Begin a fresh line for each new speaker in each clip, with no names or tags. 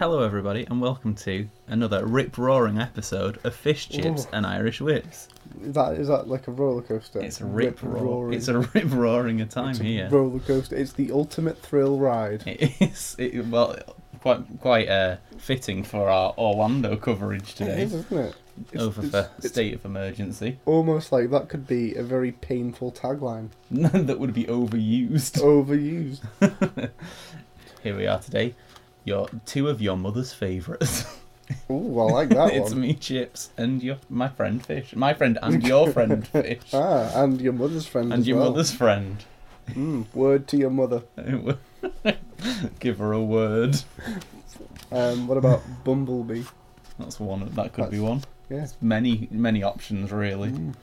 everybody, and welcome to another rip roaring episode of Fish Chips
Ooh.
and Irish Whips.
Is that is that like a roller coaster?
It's rip roaring.
roaring.
It's a rip roaring a time
It's a
here.
roller coaster. It's the ultimate thrill ride.
It is it, well quite quite uh, fitting for our Orlando coverage
It
today.
is, isn't it? It's,
Over
it's,
for
it's
state of emergency
almost like that could be a very painful tagline.
that would be overused.
Overused. Oh.
Here we are today. Your two of your mother's favourites.
Ooh, I like that
it's
one.
me, Chips, and your my friend Fish. My friend and your friend Fish.
Ah, and your mother's friend.
and
as
your
well.
mother's friend.
Mm, word to your mother.
Give her a word.
Um, what about Bumblebee?
That's one. That could be
That's-
one.
Yeah.
Many many options really.
Mm.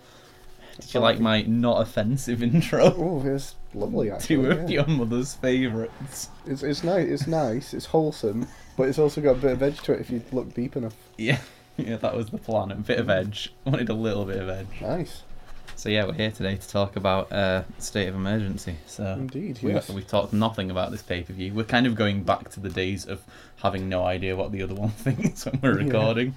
Did you like my not offensive intro?
Oh, it's lovely actually.
Two of
yeah.
your mother's favourites.
It's it's nice. It's nice. It's wholesome, but it's also got a bit of edge to it if you look deep enough.
Yeah, yeah, that was the plan. A bit of edge. Wanted a little bit of edge.
Nice,
So yeah, we're here today to talk about uh, state of emergency. So
indeed.
We've,
Mm. Yes.
we've talked nothing about this pay per view. We're kind of going back to the days of having no idea what the other one thinks when we're
Yeah.
recording.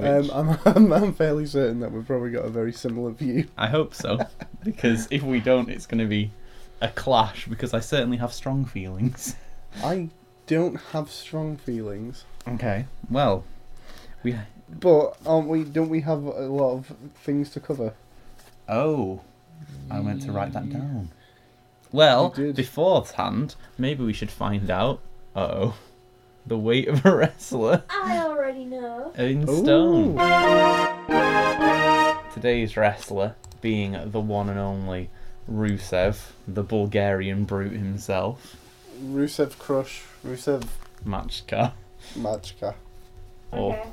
Um,
which
I'm, I'm, I'm fairly certain that we've probably got a very similar view.
I hope so, because if we don't, it's going to be a clash. Because I certainly have strong feelings.
I don't have strong feelings,
Okay. Well, we.
but aren't we? Don't we have a lot of things to cover?
Oh, I meant to write that down. Well,
You did.
beforehand, maybe we should find out. Uh oh, the weight of a wrestler.
I already know.
in stone.
Ooh.
Today's wrestler being the one and only Rusev, the Bulgarian brute himself,
Rusev Crush, Rusev
Machka.
Machka.
Oh.
Okay.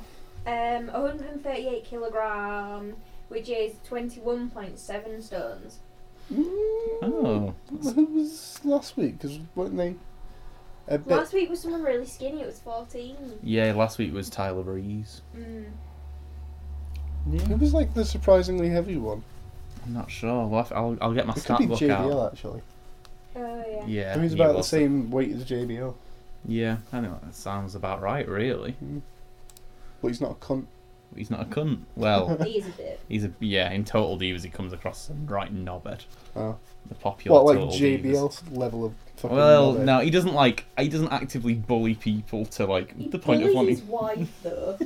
Um, 138 kilogram, which is 21.7 stones.
Oh,
Who was last week? Because weren't they a bit?
Last week was someone really skinny. It was 14.
yeah. Last week was Tyler Breeze.
Mm.
Who was like the surprisingly heavy one?
I'm not sure. Well, I'll I'll get my
It could be
stat book out.
JBL actually.
Oh yeah.
Yeah,
I mean, he's
he
about the
was.
same weight as JBL,
Yeah, I think that sounds about right. Really,
but he's not a cunt.
he's not a cunt. Well,
He is a bit.
he's a yeah. In total divas, he comes across as right knobhead.
Oh.
The popular.
What like
Total
JBL
Divas.
's level of fucking?
Well,
knowledge.
no, he doesn't like. He doesn't actively bully people to like
He
the point of
bullies
wanting.
his wife though,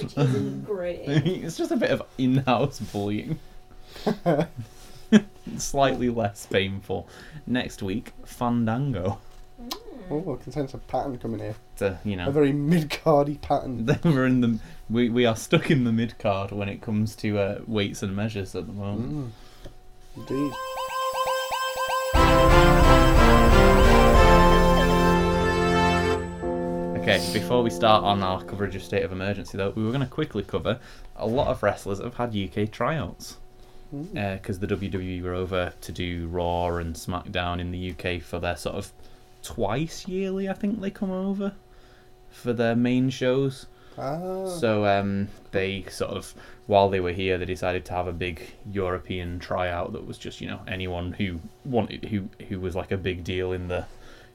which isn't great.
it's just a bit of in-house bullying. Slightly less painful. Next week, Fandango.
Oh, I can sense a pattern coming here.
To, you
A
know,
very mid-cardy pattern.
we're in the we, we are stuck in the mid card when it comes to uh, weights and measures at the moment.
Mm. Indeed.
Okay, before we start on our coverage of state of emergency, though, we were going to quickly cover a lot of wrestlers have had UK tryouts because the WWE were over to do Raw and SmackDown in the UK for their sort of twice yearly, I think they come over for their main shows.
Ah,
So um, they sort of, while they were here, they decided to have a big European tryout that was just you know anyone who wanted who who was like a big deal in the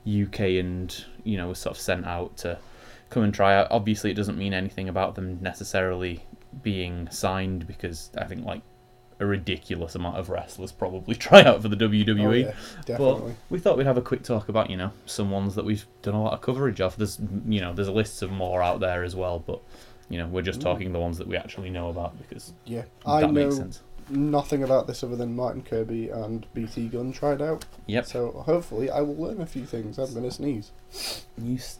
UK and you know was sort of sent out to come and try out. Obviously, it doesn't mean anything about them necessarily being signed because I think like a ridiculous amount of wrestlers probably try out for the E. WWE.
oh, yeah,
But
definitely.
we thought we'd have a quick talk about, you know, some ones that we've done a lot of coverage of. There's, you know, there's lists of more out there as well, but, you know, we're just talking the ones that we actually know about because
yeah, I
that
know
makes sense.
nothing about this other than Martin Kirby and BT Gun tried out.
Yep.
So hopefully I will learn a few things. I'm gonna sneeze.
You s-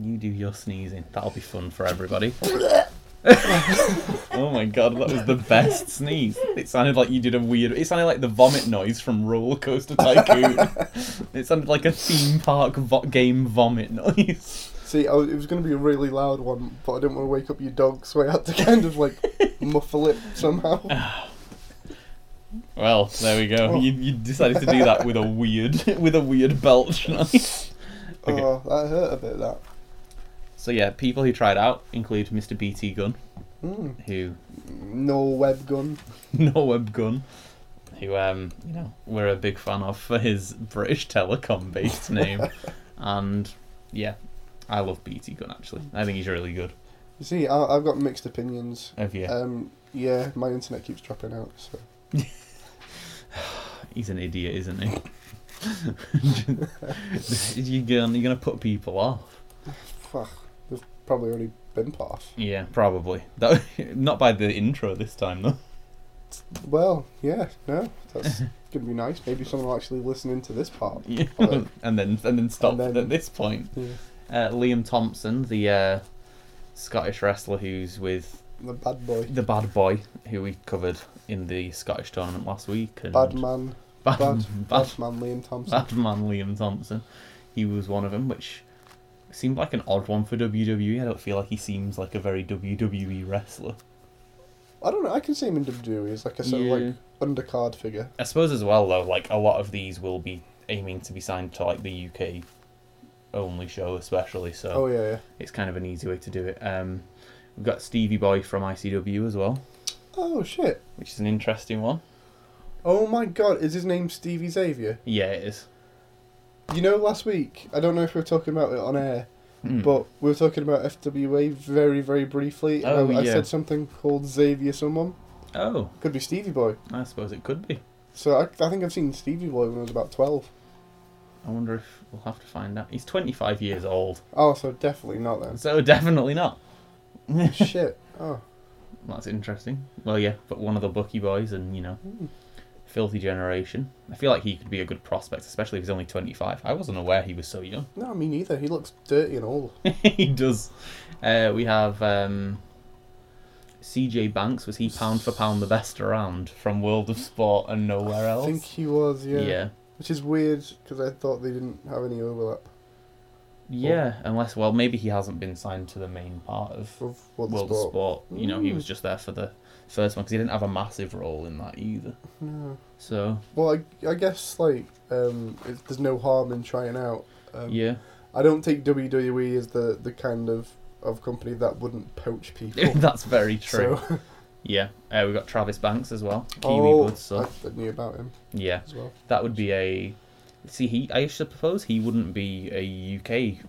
you do your sneezing. That'll be fun for everybody. oh my god, that was the best sneeze. It sounded like you did a weird. It sounded like the vomit noise from Roller Coaster Tycoon. it sounded like a theme park vo- game vomit noise.
See, I was, it was gonna be a really loud one, but I didn't want to wake up your dog, so I had to kind of like muffle it somehow.
Well, there we go. You, you decided to do that with a weird with a weird belch noise. Okay.
Oh, that hurt a bit. That.
So yeah, people who tried out include Mr. BT Gun,
Mm.
who
No web gun.
Norweb Gun, who um you know we're a big fan of for his British Telecom based name, and yeah, I love BT Gun actually. I think he's really good.
You see, I, I've got mixed opinions.
Have you?
Um, yeah, my internet keeps dropping out. So
He's an idiot, isn't he? you're gonna you're gonna put people off.
Fuck, they've probably already been put off.
Yeah, probably. That not by the intro this time though.
Well, yeah, no, that's gonna be nice. Maybe someone will actually listen into this part.
Yeah.
Alright.
and then and then stop
And then-
at this point.
Yeah.
Uh, Liam Thompson, the uh, Scottish wrestler who's with
The bad boy,
the Bad Boy, who we covered in the Scottish tournament last week, and
bad man,
bad,
bad, bad,
bad
man, Liam Thompson.
That man Liam Thompson. He was one of them, which seemed like an odd one for WWE. I don't feel like he seems like a very WWE wrestler.
I don't know. I can see him in WWE as like a sort of
Yeah.
like undercard figure.
I suppose as well though, like a lot of these will be aiming to be signed to like the UK only show, especially. So
Oh yeah, yeah.
it's kind of an easy way to do it. Um, we've got Stevie Boy from ICW as well,
Oh shit.
which is an interesting one.
Oh my god, is his name Stevie Xavier?
Yeah, it is.
You know, last week I don't know if we were talking about it on air,
Hmm.
but we were talking about FWA very, very briefly. and
Oh,
I, I
yeah.
said something called Xavier someone.
oh,
Could be Stevie Boy.
I suppose it could be.
So I, I think I've seen Stevie Boy when I was about twelve.
I wonder if we'll have to find out. He's 25 years old,
Oh, so definitely not then.
so definitely not.
Shit. Oh.
That's interesting. Well, yeah, but one of the Bucky boys and, you know,
Hmm.
filthy generation. I feel like he could be a good prospect, especially if he's only 25. I wasn't aware he was so young.
No, me neither. He looks dirty and old.
he does. Uh, we have um, CJ Banks. Was he pound for pound the best around from World of Sport and nowhere else?
I think he was, yeah.
yeah.
Which is weird because I thought they didn't have any overlap
Yeah, unless, well, maybe he hasn't been signed to the main part of
of what the
World
sport.
of Sport. You know, he
Mm.
was just there for the first one because he didn't have a massive role in that either.
No.
So,
Well, I, I guess like um, it, there's no harm in trying out. Um,
yeah.
I don't think WWE is E the, the kind of, of company that wouldn't poach people.
That's very true.
so
Yeah, uh, we've got Travis Banks as well. Kiwi
oh,
Bloodsuck.
I, I knew about him
Yeah,
as well.
that would be a. See, he. I suppose he wouldn't be a UK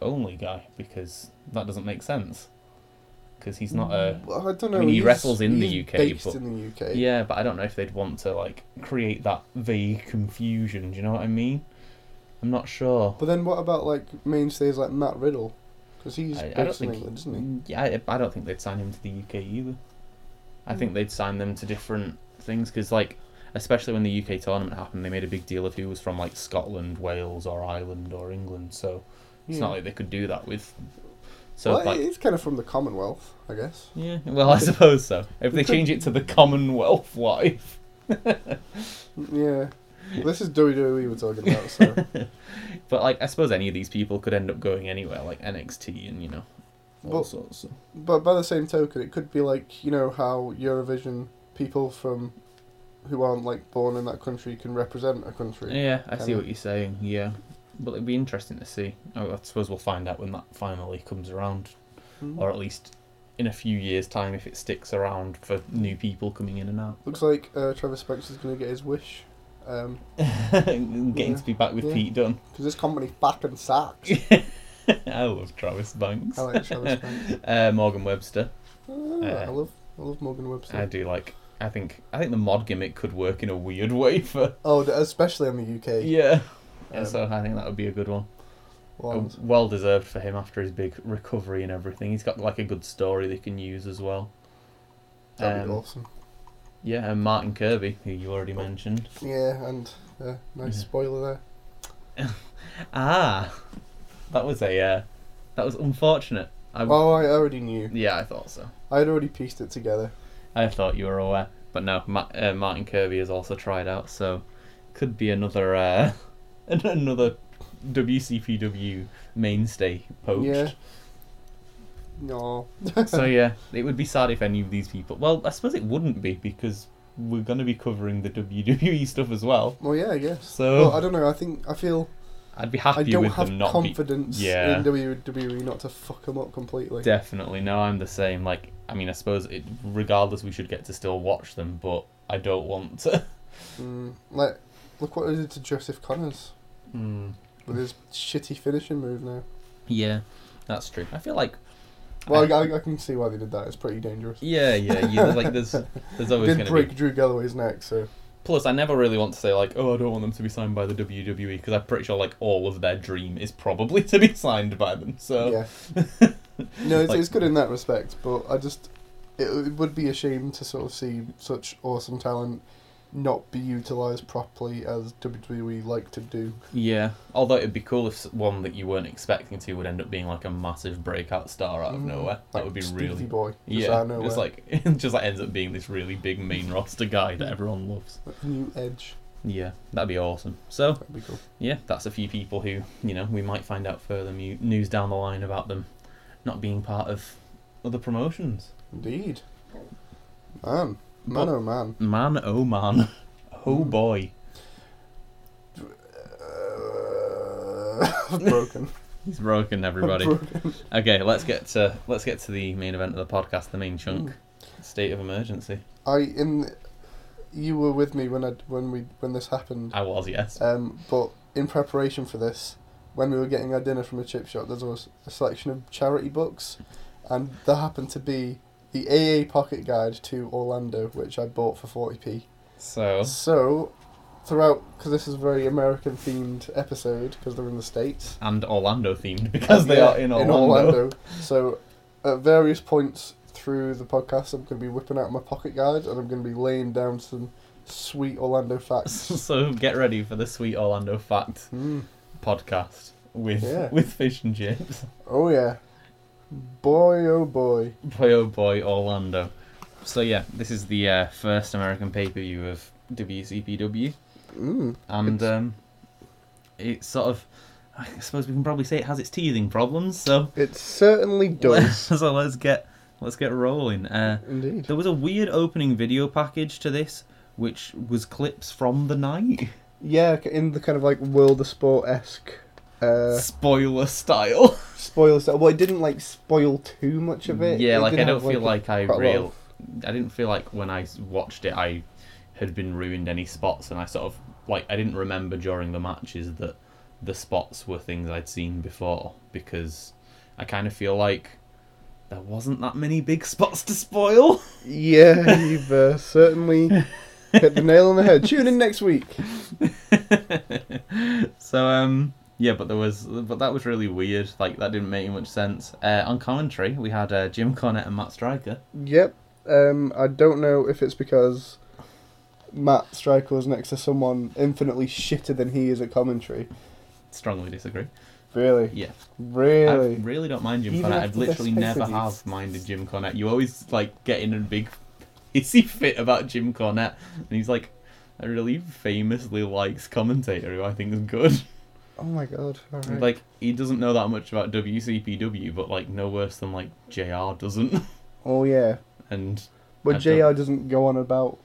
only guy because that doesn't make sense. Because he's not a.
Well, I don't know.
Uh, mean, he
he's-
wrestles in the
he's
UK,
based
but-
in the UK.
Yeah, but I don't know if they'd want to like create that vague confusion. Do you know what I mean? I'm not sure.
But then what about like mainstays like Matt Riddle? Because he's
I, I don't
based in
think. Mm,
England, isn't
Yeah, I, I don't think they'd sign him to the UK either. I
Hmm.
think they'd sign them to different things because, like, especially when the UK tournament happened, they made a big deal of who was from like Scotland, Wales, or Ireland or England. So
he?
it's
Yeah.
not like they could do that with. So
well,
like,
it's kind of from the Commonwealth, I guess.
yeah, well, I suppose so. If
We
they
could-
change it to the Commonwealth wife,
Yeah. this is WWE we're talking about, so
but like, I suppose any of these people could end up going anywhere, like NXT and you know, all
But-
sorts. Of...
But by the same token, it could be like you know how Eurovision people from who aren't like born in that country can represent a country.
Yeah, I see
Kinda.
what you're saying. Yeah, but it'd be interesting to see. Oh, I suppose we'll find out when that finally comes around,
Hmm.
or at least in a few years' time if it sticks around for new people coming in and out.
Looks like uh, Travis Banks is going to get his wish Um
Getting
Yeah.
to be back with
Yeah.
Pete Dunne.
'cause this company fucking sucks.
I love Travis Banks.
I like Travis Banks.
Uh, Morgan Webster.
Ah, I
Uh,
love I love Morgan Webster.
I do like. I think I think the mod gimmick could work in a weird way for.
Oh, th- especially in the UK.
Yeah. Yeah,
Um,
so um, I think that would be a good one.
ones.
Well deserved for him after his big recovery and everything. He's got like a good story they can use as well.
That'd be Oh.
um,
awesome.
Yeah, and Martin Kirby, who you already mentioned.
Yeah, and uh, nice
Yeah.
spoiler there.
Ah, that was a uh, that was unfortunate. I,
Oh, I already knew.
yeah, I thought so.
I had already pieced it together.
I thought you were aware, but no. Ma- uh, Martin Kirby has also tried out, so could be another uh, another WCPW mainstay poached.
Yeah. No.
so yeah, it would be sad if any of these people. Well, I suppose it wouldn't be because we're going to be covering the WWE stuff as well.
Well, yeah, I guess.
So-
well, I don't know. I think I feel
I'd be
I
happy
don't
Oh. with
have
them not be.
confidence
Yeah.
in WWE not to fuck them up completely.
Definitely, no, I'm the same. Like, I mean, I suppose it. Regardless, we should get to still watch them, but I don't want to.
Mm, like, Hmm. look what they did to Joseph Connors with his shitty finishing move now.
Yeah, that's true. I feel like
Well, I, I, I can see why they did that. It's pretty dangerous.
yeah, yeah, you, like there's there's always going
Did
to
break
be.
Drew Galloway's neck, so
Plus, I never really want to say like, oh, I don't want them to be signed by the WWE because I'm pretty sure like all of their dream is probably to be signed by them. So
yeah. No, it's,
Like-
it's good in that respect, but I just it, it would be a shame to sort of see such awesome talent not be utilized properly as WWE like to do.
Yeah, although it'd be cool if s- one that you weren't expecting to would end up being like a massive breakout star out of
Mm,
nowhere. That
like
would be
Stevie
really
boy. Just
yeah,
out of nowhere.
just like just like ends up being this really big main roster guy that everyone loves.
new Edge.
Yeah, that'd be awesome. So
That'd be cool.
yeah, that's a few people who you know we might find out further mu- news down the line about them not being part of other promotions.
Indeed. Man, man, oh man.
Man, oh man, oh
Mm.
boy,
Uh, broken.
he's broken everybody.
Broken.
okay, let's get to let's get to the main event of the podcast, the main chunk,
Hmm.
state of emergency.
I in. You were with me when I when we when this happened.
I was yes.
Um, but in preparation for this, when we were getting our dinner from a chip shop, there was a selection of charity books, and there happened to be the AA Pocket Guide to Orlando, which I bought for forty p.
So
So, throughout, because this is a very American themed episode, because they're in the states,
and Orlando themed because they
Yeah,
are in Orlando.
So, at various points through the podcast, I'm going to be whipping out my pocket guide, and I'm going to be laying down some sweet Orlando facts.
so get ready for the sweet Orlando fact
Mm.
podcast with
Yeah.
with fish and chips.
Oh yeah, boy oh boy.
Boy oh boy, Orlando. So yeah, this is the uh, first American pay per view of WCPW,
Mm.
and
It's-
um, it sort of. I suppose we can probably say it has its teething problems. So
It certainly does.
so let's get let's get rolling. Uh,
Indeed.
there was a weird opening video package to this, which was clips from the night.
Yeah, c- in the kind of like world of sport esque. Uh,
spoiler style.
spoil stuff. Well, it didn't like spoil too much of it.
yeah,
It
like
did
I don't
have,
feel like I
quite a lot
real.
of-
I didn't feel like when I s- watched it, I had been ruined any spots, and I sort of like I didn't remember during the matches that the spots were things I'd seen before because I kind of feel like there wasn't that many big spots to spoil.
Yeah, you've uh, certainly hit the nail on the head. Tune in next week.
so um yeah but there was but that was really weird like that didn't make much sense uh, on commentary we had uh, jim cornette and matt striker
Yep. Um, I don't know if it's because Matt Stryker was next to someone infinitely shitter than he is at commentary.
strongly disagree
Really,
yeah
really.
I really don't mind Jim
Even
Cornette.
after
I've
the
literally
best
never
pay-per-views.
have minded Jim Cornette. You always like get in a big hissy fit about Jim Cornette, and he's like a really famously likes commentator who I think is good.
Oh my god. All right.
Like he doesn't know that much about WCPW, but like no worse than like JR doesn't.
oh yeah.
And
But
I
JR
don't-
doesn't go on about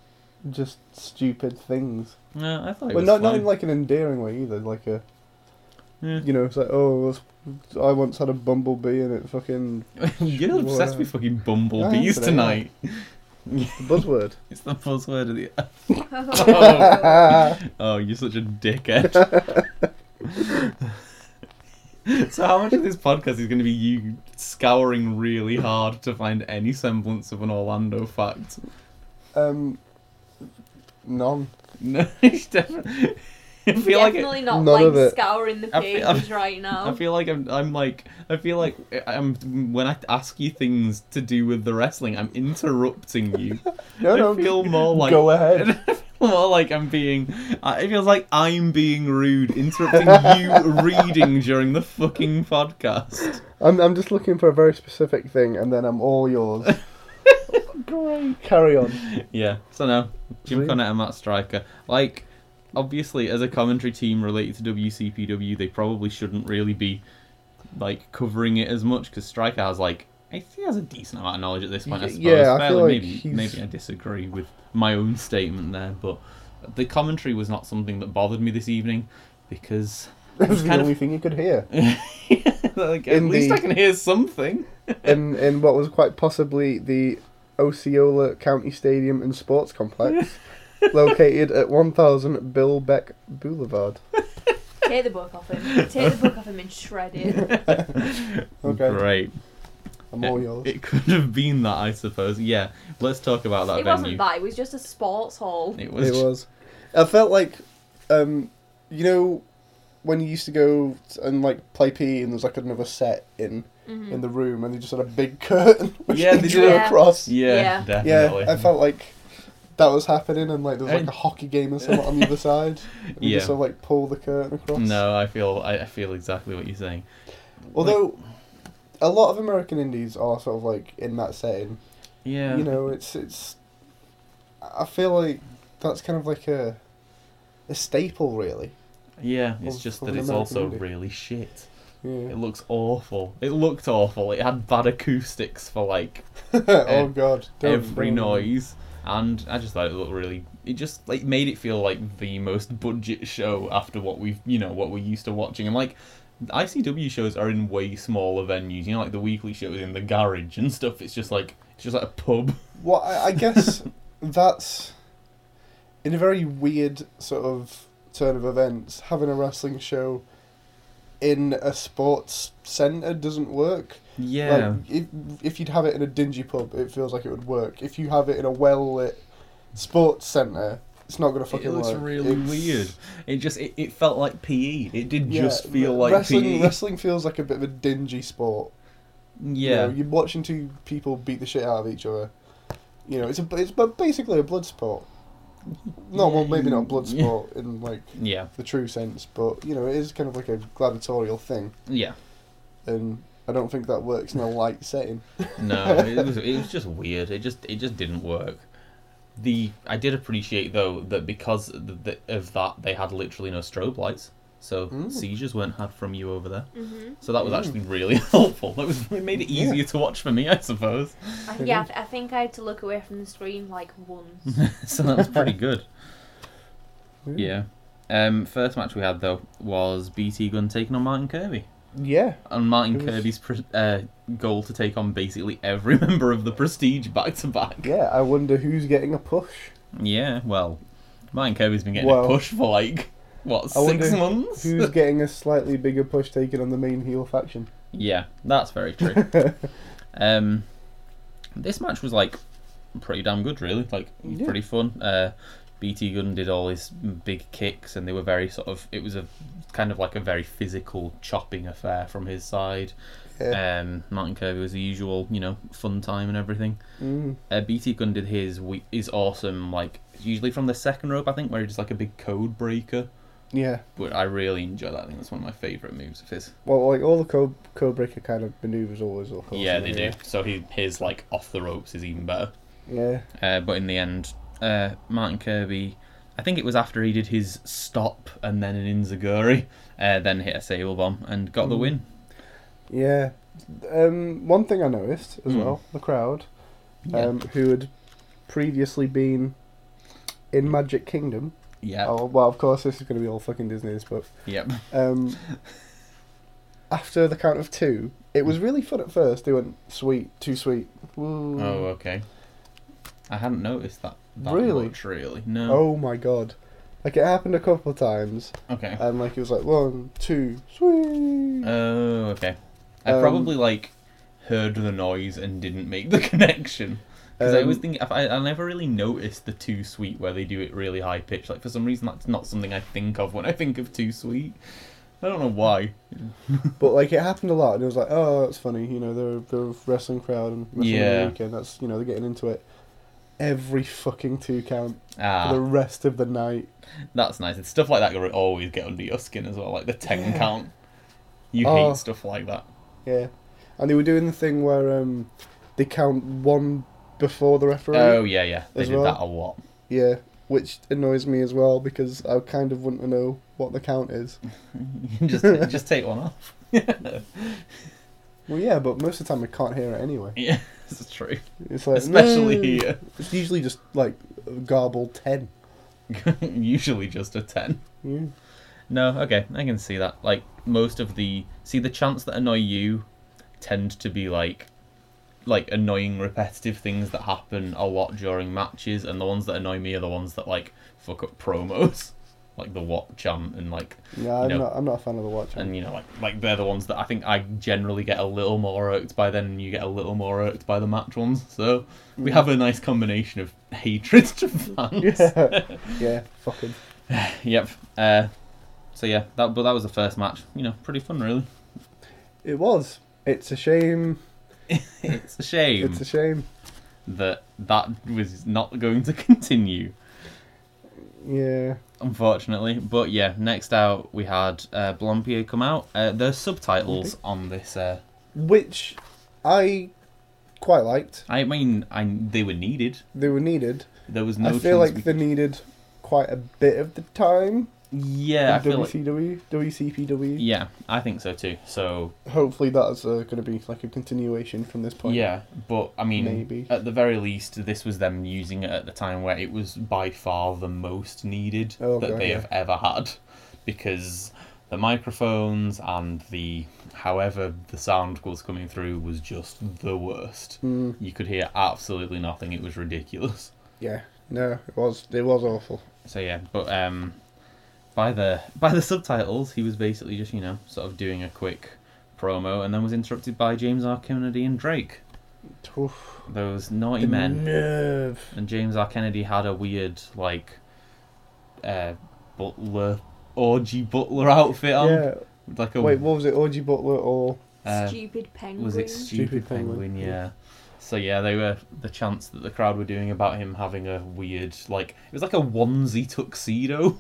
just stupid things.
no, I thought it
But
Oh, was
not, not
fine.
in like an endearing way either. Like a
Yeah.
you know, it's like oh, it's- I once had a bumblebee and it fucking
You're obsessed with fucking bumblebees
today,
tonight.
the buzzword.
It's the buzzword of the
Oh.
Ah,
Oh, you're such a dickhead. so, how much of this podcast is going to be you scouring really hard to find any semblance of an Orlando fact?
um, none.
No, it's definitely. I feel like it,
Definitely not
None of it.
like scouring the
I feel-
pages right now.
I feel like I'm, I'm like I feel like I'm when I ask you things to do with the wrestling, I'm interrupting you.
No, no.
I feel more like
go ahead.
More like I'm being. I- It feels like I'm being rude, interrupting you reading during the fucking podcast.
I'm I'm just looking for a very specific thing, and then I'm all yours.
Great.
Carry on.
Yeah. So no, Jim
Really?
Cornette and Matt Striker. Like, obviously, as a commentary team related to WCPW, they probably shouldn't really be like covering it as much because Striker has like. I think he has a decent amount of knowledge at this point. I
Y-
suppose.
yeah, I feel
Fairly-
like
maybe
he's-
maybe I disagree with my own statement there, but the commentary was not something that bothered me this evening because
That was the
kind of-
only thing you could hear.
like, at
In
least
the-
I can hear something.
in in what was quite possibly the Osceola County Stadium and Sports Complex, located at 1000 Bill Beck Boulevard.
Tear the book off him. Tear the book off him and shred it.
Okay.
Great.
I'm
It-
all yours.
It could have been that, I suppose. Yeah, let's talk about that
it
venue.
wasn't that. It was just a sports hall.
It was.
It was. I felt like, um, you know, when you used to go and like play PE and there's like another set in
Mhm.
in the room and they just had a big curtain which
Yeah,
they,
they
drew
did. Yeah.
across.
Yeah,
Yeah.
Yeah,
definitely.
I felt like that was happening and like there was like
And-
a hockey game or something on the other side. And you
Yeah.
just sort of like pull the curtain across.
No, I feel I, I feel exactly what you're saying.
Although a lot of American indies are sort of like in that setting.
Yeah.
You know, it's it's. I feel like that's kind of like a a staple, really.
yeah, it's
Of-
just
of
that
an
it's
American
also
indie.
really shit. It
Yeah.
looks awful. It looked awful. It had bad acoustics for like
oh God! don't-
every
don't-
noise. And I just thought it looked really. It just like made it feel like the most budget show after what we've you know what we're used to watching. And like ICW shows are in way smaller venues. You know, like the weekly shows in the garage and stuff. It's just like it's just like a pub.
Well, I, I guess that's in a very weird sort of turn of events. Having a wrestling show in a sports centre doesn't work.
Yeah.
Like, if, if you'd have it in a dingy pub, it feels like it would work. If you have it in a well lit sports centre, it's not going to fucking
it looks
work.
really
It's-
weird. It just it, it felt like PE. It did
Yeah,
just feel
re-
like E.
wrestling.
PE.
Wrestling feels like a bit of a dingy sport.
yeah.
you know, you're watching two people beat the shit out of each other. You know, it's a it's ba- basically a blood sport. No, well, maybe not blood
Yeah.
sport in like
yeah.
the true sense, but you know, it is kind of like a gladiatorial thing,
Yeah.
and I don't think that works in a light setting.
No, it was it was just weird. It just it just didn't work. The I did appreciate though that because th th of that they had literally no strobe lights, so
Mm.
seizures weren't had from you over there.
Mhm.
So that was
Mm.
actually really helpful. That was it made it
Yeah.
easier to watch for me, I suppose.
I, yeah, I, th- I think I had to look away from the screen like once.
so that was pretty good. Yeah. Um, first match we had though was BT Gun taking on Martin Kirby.
Yeah.
And Martin
It was-
Kirby's pre- uh, goal to take on basically every member of the Prestige back to back.
Yeah, I wonder who's getting a push.
Yeah, well, Martin Kirby's been getting
Well-
a push for like what
I wonder
six months.
Who's getting a slightly bigger push taken on the main heel faction?
yeah, that's very true. um, this match was like pretty damn good, really. Like
Yeah.
pretty fun. Uh, BT Gunn did all his big kicks, and they were very sort of. It was a kind of like a very physical chopping affair from his side.
Yeah.
Um, Martin Kirby was the usual, you know, fun time and everything.
Mm.
uh, BT Gun did his we- is awesome like usually from the second rope I think where he does like a big code breaker
Yeah.
but I really enjoy that I think that's one of my favourite moves of his
Well, like all the code code breaker kind of maneuvers always look. awesome,
yeah they do
yeah.
so he, his like off the ropes is even better
Yeah.
uh, but in the end uh, Martin Kirby I think it was after he did his stop and then an Inzaguri uh, then hit a sable bomb and got the
Mm.
win
Yeah. Um, one thing I noticed as
Hmm.
well, the crowd,
yeah,
um, who had previously been in Magic Kingdom.
yeah.
Oh, well, of course, this is going to be all fucking Disney's, but
yep
um, after the count of two, it was really fun at first. They went sweet, too sweet. Woo.
oh okay I hadn't noticed that, that
Really?
much really no
oh my god! Like it happened a couple of times,
okay
and like it was like one, two, sweet.
Oh, okay. I
Um,
probably like heard the noise and didn't make the connection because I always
Um,
think I, I never really noticed the too sweet where they do it really high pitched. Like for some reason, that's not something I think of when I think of too sweet. I don't know why.
But like it happened a lot, and it was like, oh, that's funny. You know, they're they're a wrestling crowd and wrestling
Yeah.
weekend. That's you know they're getting into it. Every fucking two count for the
Ah,
rest of the night.
that's nice. It's stuff like that that always get under your skin as well, like the ten
Yeah.
count. You
Oh.
hate stuff like that.
Yeah, and they were doing the thing where um, they count one before the referee.
Oh yeah, yeah. They
As
did
well.
that a lot.
Yeah, which annoys me as well because I kind of want to know what the count is.
just just take one off.
Well, yeah, but most of the time I can't hear it anyway.
Yeah, this is true.
It's like
Especially
"No."
here.
It's usually just like garbled ten.
Usually just a ten.
Yeah.
No, okay, I can see that. Like most of the see the chants that annoy you tend to be like like annoying repetitive things that happen a lot during matches and the ones that annoy me are the ones that like fuck up promos. like the watch on and like
Yeah, I'm
No.
not. I'm not a fan of the watch.
and you know like like they're the ones that I think I generally get a little more irked by them, and you get a little more irked by the match ones. So we have a nice combination of hatred to fans.
yeah, yeah, fucking.
yep. Uh, so yeah, that but that was the first match. You know, pretty fun really.
It was. It's a shame.
It's a shame
It's a shame.
that that was not going to continue,
Yeah.
unfortunately. But yeah, next out we had uh, Blompier come out. Uh, there's subtitles on this. Uh,
Which I quite liked.
I mean, I they were needed.
They were needed.
There was no.
I feel like
chance we-
they needed quite a bit of the time.
Yeah, I
in
feel like
WCW, WCPW.
Yeah, I think so too. So
Hopefully that's uh, going to be like a continuation from this point.
yeah, but I mean, uh,
Maybe.
at the very least, this was them using it at the time where it was by far the most needed
Oh,
that
God,
they
yeah.
have ever had, because the microphones and the however the sound was coming through was just the worst.
Hmm,
You could hear absolutely nothing. It was ridiculous.
yeah. No, it was it was awful.
So yeah, but um, by the by the subtitles, he was basically just you know sort of doing a quick promo, and then was interrupted by James R. Kennedy and Drake,
Oof.
those naughty
The
men.
nerve.
And James R. Kennedy had a weird like uh, butler orgy butler outfit on,
Yeah.
like a
Wait, what was it? Orgy Butler or
uh,
Stupid penguin.
was it stupid,
Stupid
penguin?
Penguin,
yeah.
yeah.
So yeah, they were the chants that the crowd were doing about him having a weird like it was like a onesie tuxedo.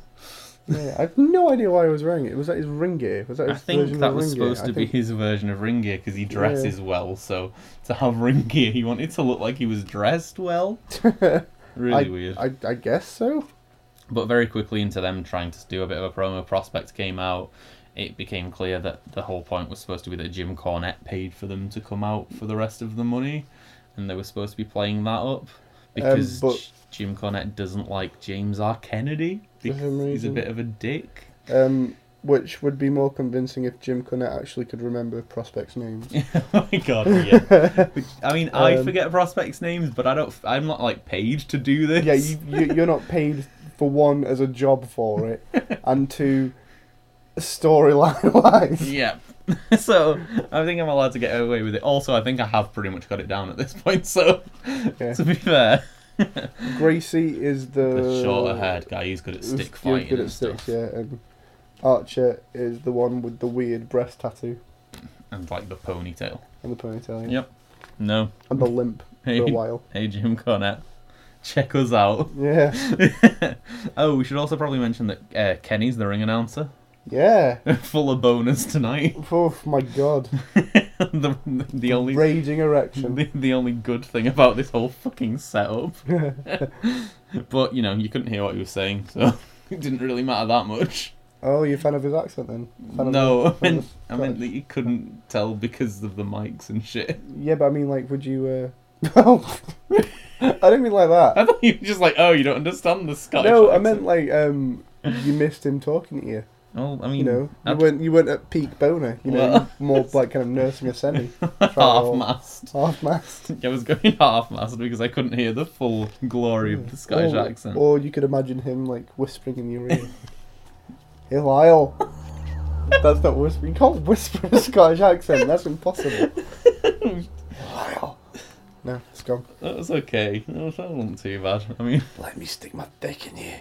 Yeah, I've no idea why I was wearing it. Was that his ring gear? Was that
I
his
think
version
that
of
was
ring gear?
supposed
I
to be
think-
his version of ring gear because he dresses well. So to have ring gear, he wanted to look like he was dressed well. really weird.
I, I guess so.
But very quickly into them trying to do a bit of a promo, Prospect came out. It became clear that the whole point was supposed to be that Jim Cornette paid for them to come out for the rest of the money, and they were supposed to be playing that up because
but-
J- Jim Cornette doesn't like James R. Kennedy
For some
because he's a
reason.
bit of a dick.
Um, which would be more convincing if Jim Connett actually could remember Prospect's name.
oh my god, yeah. Which, I mean, I
Um,
forget prospects' names, but I don't. I'm not like paid to do this.
yeah, you, you you're not paid for one as a job for it, and two, storyline wise.
Yeah. so I think I'm allowed to get away with it. Also, I think I have pretty much got it down at this point. So
Yeah.
to be fair,
Gracie is the,
the shorter haired guy, he's good at
who's
stick fighting.
Uh, Good
and
at sticks,
stuff.
yeah. And Archer is the one with the weird breast tattoo
and like the ponytail.
and the ponytail. yeah.
Yep. No.
And the limp
Hey,
for a while.
hey, Jim Cornette, check us out.
Yeah.
oh, we should also probably mention that uh, Kenny's the ring announcer,
Yeah.
full of bonus tonight.
Oh my god.
the, the only
Raging erection.
the, the only good thing about this whole fucking setup. but you know, you couldn't hear what he was saying, so it didn't really matter that much.
oh, you're a fan of his accent then? Fan of
no, I
his- fan
meant,
of his-
I meant that you couldn't tell because of the mics and shit.
Yeah, but I mean, like, would you. Uh... I didn't mean like that.
I thought you were just like, oh, you don't understand the Scottish.
No, I
accent."
meant like um, you missed him talking to you.
Well, I mean,
You know,
I-
you weren't you weren't at peak boner. You know,
Well-
you more like kind of nursing a semi,
half mast.
half mass.
I was going half mast because I couldn't hear the full glory of the Scottish
or,
accent.
Or you could imagine him like whispering in your ear. hey Lyle. That's not whisper. You can't whisper in a Scottish accent. That's impossible. Lyle. No, it's gone.
That was okay. That was- that wasn't too bad. I mean,
Let me stick my dick in you.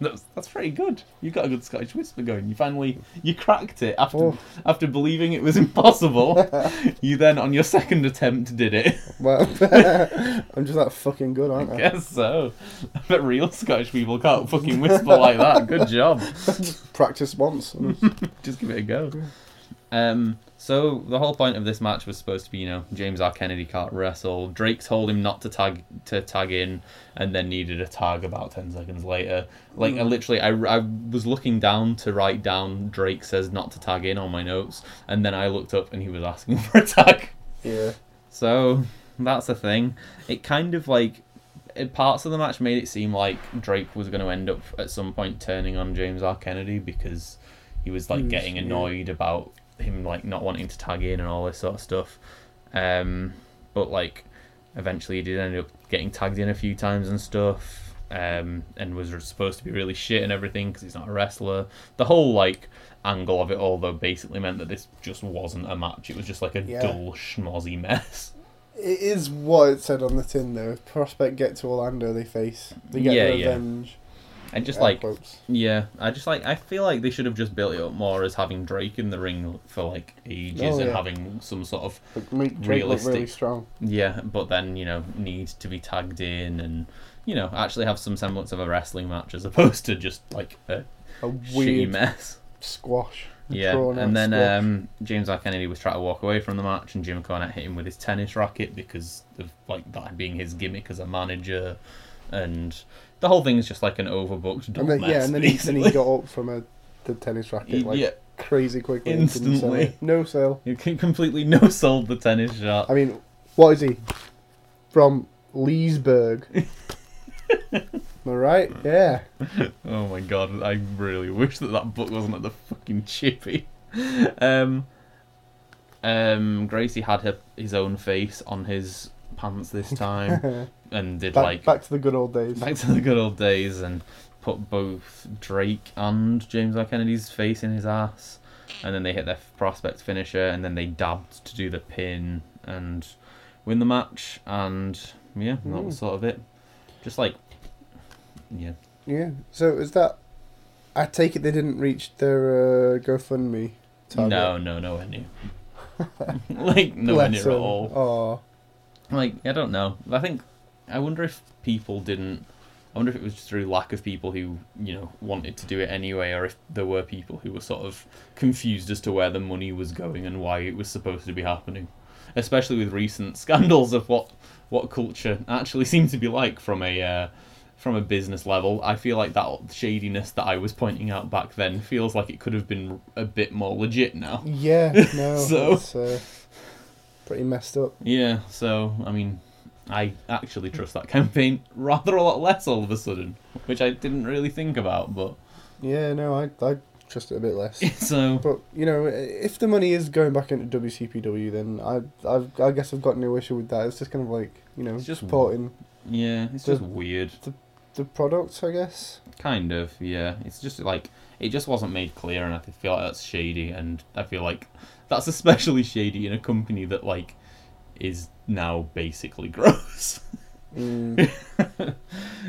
That's, that's pretty good. You got a good Scottish whisper going. You finally you cracked it after
Oh.
after believing it was impossible. you then on your second attempt did it.
Well, I'm just that fucking good, aren't I?
Guess so. I bet real Scottish people can't fucking whisper like that. Good job.
Practice once. and-
Just give it a go. Um. So the whole point of this match was supposed to be, you know, James R. Kennedy can't wrestle. Drake told him not to tag to tag in, and then needed a tag about ten seconds later. Like I literally, I, I was looking down to write down Drake says not to tag in on my notes, and then I looked up and he was asking for a tag.
yeah.
So that's the thing. It kind of like it, parts of the match made it seem like Drake was going to end up at some point turning on James R. Kennedy because he was like
He was-
getting
yeah.
annoyed about him like not wanting to tag in and all this sort of stuff. Um, but like eventually he did end up getting tagged in a few times and stuff. um, and was supposed to be really shit and everything because he's not a wrestler. The whole like angle of it all though basically meant that this just wasn't a match. It was just like a
Yeah.
dull schmozzy mess.
It is what it said on the tin, though. If Prospect get to Orlando, they face. They get
Yeah,
their
yeah.
revenge.
And just
air
like
quotes.
yeah, I just like I feel like they should have just built it up more as having Drake in the ring for like ages
Oh,
and
yeah.
having some sort of
Like, make Drake look really
realistic.
strong.
Yeah, but then you know need to be tagged in and you know actually have some semblance of a wrestling match as opposed to just like a
A
shitty
weird
mess.
squash.
Yeah,
drawn out
and then
squash.
um, James R. Kennedy was trying to walk away from the match, and Jim Cornette hit him with his tennis racket because of like that being his gimmick as a manager, and the whole thing is just like an overbooked dull
and then,
mess.
yeah, and then he, then he
basically.
got up from a, the tennis racket like
yeah,
crazy quickly. and didn't sell
Instantly.
it. No sale.
he c- completely no sold the tennis shot.
I mean, what is he? From Leesburg. Am I right? Yeah.
Oh my god, I really wish that that book wasn't at the fucking chippy. Um, um, Gracie had her, his own face on his pants this time
back,
and did like
back to the good old days.
back to the good old days and put both Drake and James R. Kennedy's face in his ass. And then they hit their prospect finisher and then they dabbed to do the pin and win the match. And yeah, that was
Mm.
sort of it. Just like, yeah.
Yeah. So is that? I take it they didn't reach their uh, GoFundMe target.
No, no, nowhere near. like nowhere near at all.
Oh,
Like I don't know. I think I wonder if people didn't. I wonder if it was just through lack of people who you know wanted to do it anyway, or if there were people who were sort of confused as to where the money was going and why it was supposed to be happening. Especially with recent scandals of what what culture actually seemed to be like from a uh, from a business level. I feel like that shadiness that I was pointing out back then feels like it could have been a bit more legit now.
yeah. No.
So-
That's, uh, pretty messed up.
Yeah, so I mean, I actually trust that campaign rather a lot less all of a sudden, which I didn't really think about. But
Yeah. No. I I trust it a bit less.
so
But you know, i- if the money is going back into WCPW, then I I've, I guess I've got no issue with that. It's just kind of like you know,
It's just-
supporting
yeah, it's just weird,
the products, I guess.
kind of. Yeah, it's just like it just wasn't made clear, and I feel like that's shady, and I feel like that's especially shady in a company that like is now basically gross.
Mm.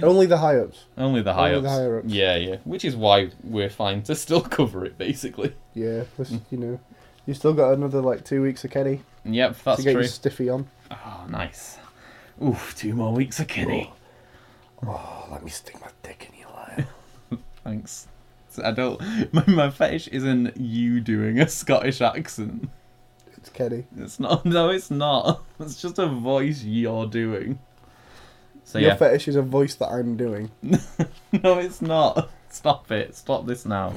Only the high ups.
Only the high
Only the
ups.
higher ups.
Yeah, yeah. Which is why we're fine to still cover it, basically.
Yeah. Plus,
Mm.
you know, you still got another like two weeks of Kenny
Yep, that's
to get
true.
your stiffy on.
Oh, nice. Oof, two more weeks of Kenny.
Oh, let me stick my dick in your eye.
Thanks. So I don't. My, my fetish isn't you doing a Scottish accent.
it's Kenny.
It's not. No, it's not. It's just a voice you're doing. So
Your
yeah.
fetish is a voice that I'm doing.
no, it's not. Stop it. Stop this now.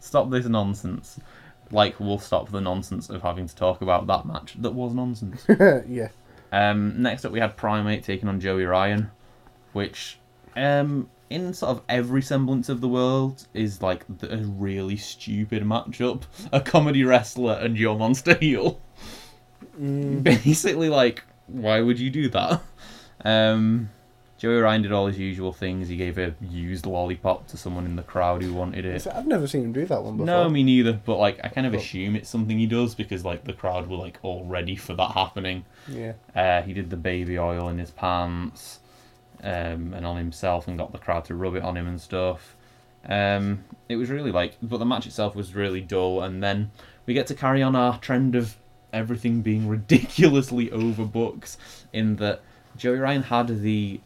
Stop this nonsense. Like we'll stop the nonsense of having to talk about that match that was nonsense.
yeah.
Um, next up, we had Primate taking on Joey Ryan, which, um, in sort of every semblance of the world, is like th- a really stupid matchup: a comedy wrestler and your monster heel.
Mm.
Basically, like, why would you do that? Um, Joey Ryan did all his usual things. He gave a used lollipop to someone in the crowd who wanted it.
So I've never seen him do that one before.
No, me neither. But like, I kind of
But-
assume it's something he does because like the crowd were like all ready for that happening.
Yeah.
Uh, he did the baby oil in his pants um, and on himself and got the crowd to rub it on him and stuff. Um, it was really like, but the match itself was really dull. And then we get to carry on our trend of everything being ridiculously overbooked in that Joey Ryan had the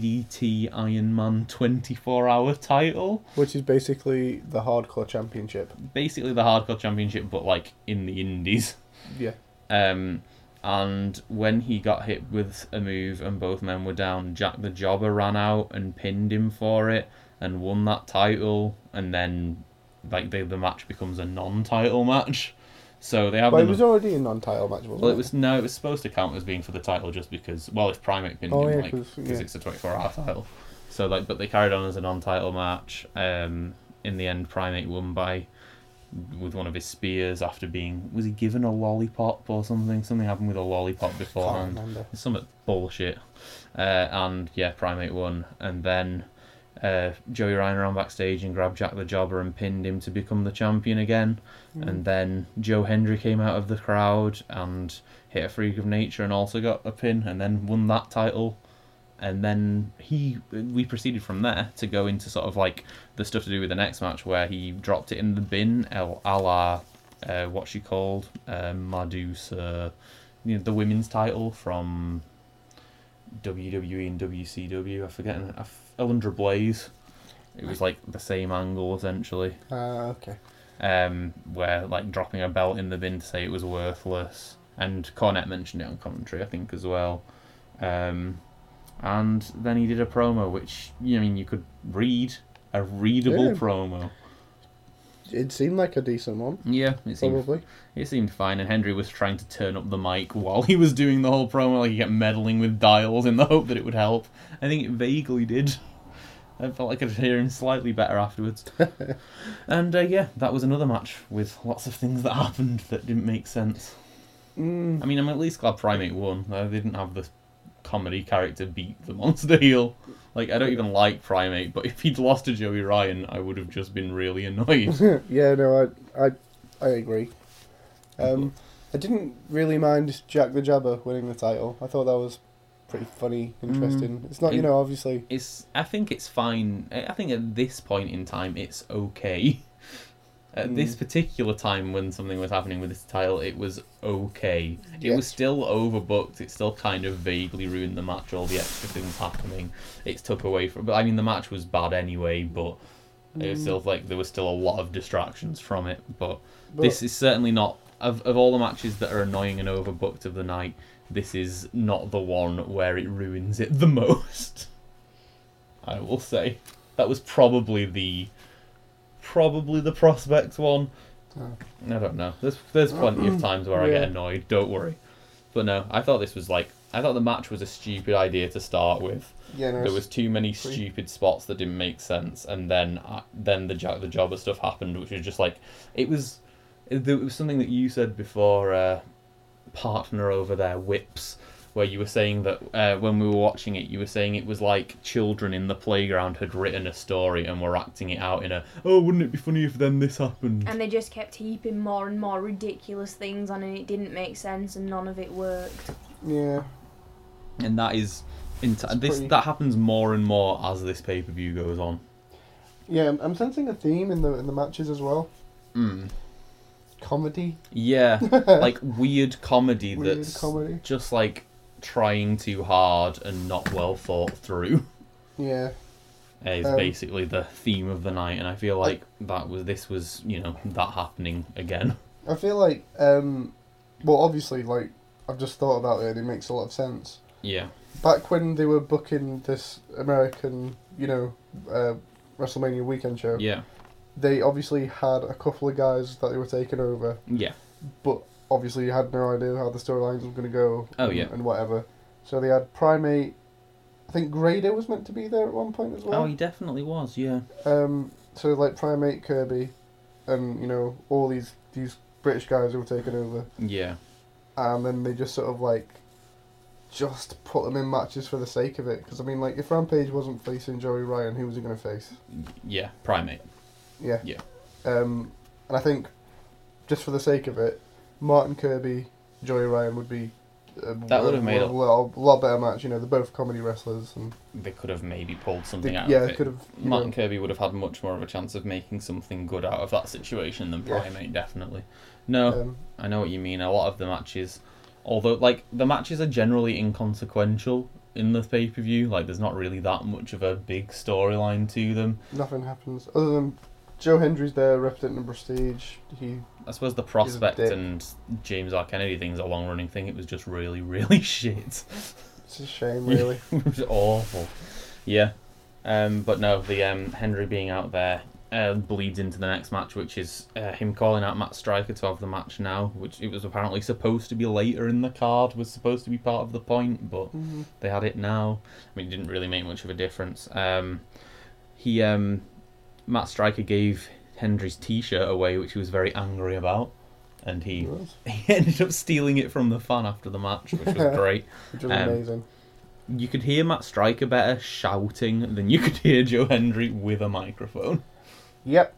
DDT Iron Man 24 hour title,
Which is basically the hardcore championship.
basically the hardcore championship, but like in the indies.
Yeah.
Um, and when he got hit with a move and both men were down, Jack the Jobber ran out and pinned him for it and won that title. And then, like, the, the match becomes a non title match. So they have.
But it
them-
was already a non-title match, wasn't
well, it was no, it was supposed to count as being for the title just because, well, if Primate pinned
Oh,
him,
yeah,
like,
'cause-
because
yeah.
it's a 24 hour title. So, like, but they carried on as a non title match. Um, in the end, Primate won by with one of his spears after being was he given a lollipop or something? Something happened with a lollipop
Can't
beforehand.
remember.
Some bullshit. Uh, and yeah, Primate won, and then uh, Joey Reiner on backstage and grabbed Jack the Jobber and pinned him to become the champion again.
Mm.
And then Joe Hendry came out of the crowd and hit a freak of nature and also got a pin and then won that title. And then he, we proceeded from there to go into sort of like the stuff to do with the next match where he dropped it in the bin, el- a la uh, what she called um, Madhu Sir, you know, the women's title from WWE and WCW. I forget. I f- Alundra Blaze. It was like the same angle essentially,
Ah, okay.
um, where like dropping a belt in the bin to say it was worthless. And Cornette mentioned it on commentary, I think, as well. Um, and then he did a promo, which you know, I mean, you could read a readable
Yeah.
promo.
It seemed like a decent one,
Yeah, it seemed
probably.
it seemed fine, and Henry was trying to turn up the mic while he was doing the whole promo, like he kept meddling with dials in the hope that it would help. I think it vaguely did. I felt like I could hear him slightly better afterwards. and uh, yeah, that was another match with lots of things that happened that didn't make sense.
Mm,
I mean, I'm at least glad Primate won. though They didn't have the comedy character beat the monster heel. Like, I don't even like Primate, but if he'd lost to Joey Ryan, I would have just been really annoyed.
yeah, no, I, I, I agree. Um, I didn't really mind Jack the Jabber winning the title. I thought that was pretty funny,
Mm.
interesting. It's not, you
It-
know, obviously.
It's. I think it's fine. I I think at this point in time, it's okay. At this
Mm.
particular time when something was happening with this title, it was okay. It was
Yes.
still overbooked. It still kind of vaguely ruined the match. All the extra things happening, it took away from. But I mean, the match was bad anyway. But it was still like there was still a lot of distractions from it. But,
But
this is certainly not of of all the matches that are annoying and overbooked of the night. This is not the one where it ruins it the most. I will say that was probably the probably the prospect one.
Oh.
I don't know. There's there's plenty of times where I
Yeah.
get annoyed. Don't worry. But no, I thought this was like I thought the match was a stupid idea to start with.
yeah, no,
There was too many
Agree.
stupid spots that didn't make sense, and then uh, then the Jack the Jobber stuff happened, which was just like it was. It there was something that you said before, uh, partner over there whips, where you were saying that uh, when we were watching it, you were saying it was like children in the playground had written a story and were acting it out in a oh, wouldn't it be funny if then this happened?
And they just kept heaping more and more ridiculous things on, and it didn't make sense, and none of it worked.
yeah,
and that is, int-
It's
this
pretty-
that happens more and more as this pay per view goes on.
yeah. I'm, I'm sensing a theme in the in the matches as well.
Mm.
Comedy,
Yeah, like weird comedy
weird
that's
comedy.
just like trying too hard and not well thought through
Yeah,
is
Um,
basically the theme of the night, and I feel like that was this was you know that happening again.
I feel like, um, well, obviously, like I've just thought about it. and It makes a lot of sense.
Yeah,
Back when they were booking this American, you know, uh, WrestleMania weekend show,
yeah,
they obviously had a couple of guys that they were taking over,
yeah,
but obviously you had no idea how the storylines were going to go.
Oh,
and,
yeah.
and whatever. So they had Primate. I think Grado was meant to be there at one point as well.
Oh, he definitely was. Yeah,
Um, so like Primate Kirby, and you know all these these British guys who were taking over,
yeah,
and then they just sort of like, just put them in matches for the sake of it. Because I mean, like if Rampage wasn't facing Joey Ryan, who was he going to face?
yeah. Primate.
Yeah.
Yeah.
Um, and I think, just for the sake of it, Martin Kirby, Joey Ryan would be. A,
That would have made
a,
a-
lot, lot better match. You know, they're both comedy wrestlers, and
They could have maybe pulled something
they,
out.
yeah,
of it.
could have. you
Martin
know,
Kirby would have had much more of a chance of making something good out of that situation than
Yeah.
Primate, definitely. No,
um,
I know what you mean. A lot of the matches, although like the matches are generally inconsequential in the pay per view. Like there's not really that much of a big storyline to them.
Nothing happens other than Joe Hendry's there representing the Prestige. He
I suppose the prospect
dick.
and James R Kennedy thing's a long running thing. It was just really really shit.
it's a shame
Yeah.
really.
it was awful. Yeah. Um, but no, the um, Henry being out there uh, bleeds into the next match, which is uh, him calling out Matt Striker to have the match now, which it was apparently supposed to be later in the card, was supposed to be part of the point, but
Mhm.
they had it now. I mean, it didn't really make much of a difference. Um, he, um, Matt Stryker gave Hendry's T-shirt away, which he was very angry about, and he,
It was,
he ended up stealing it from the fan after the match, which was great.
which was
Um,
amazing.
you could hear Matt Stryker better shouting than you could hear Joe Hendry with a microphone.
Yep.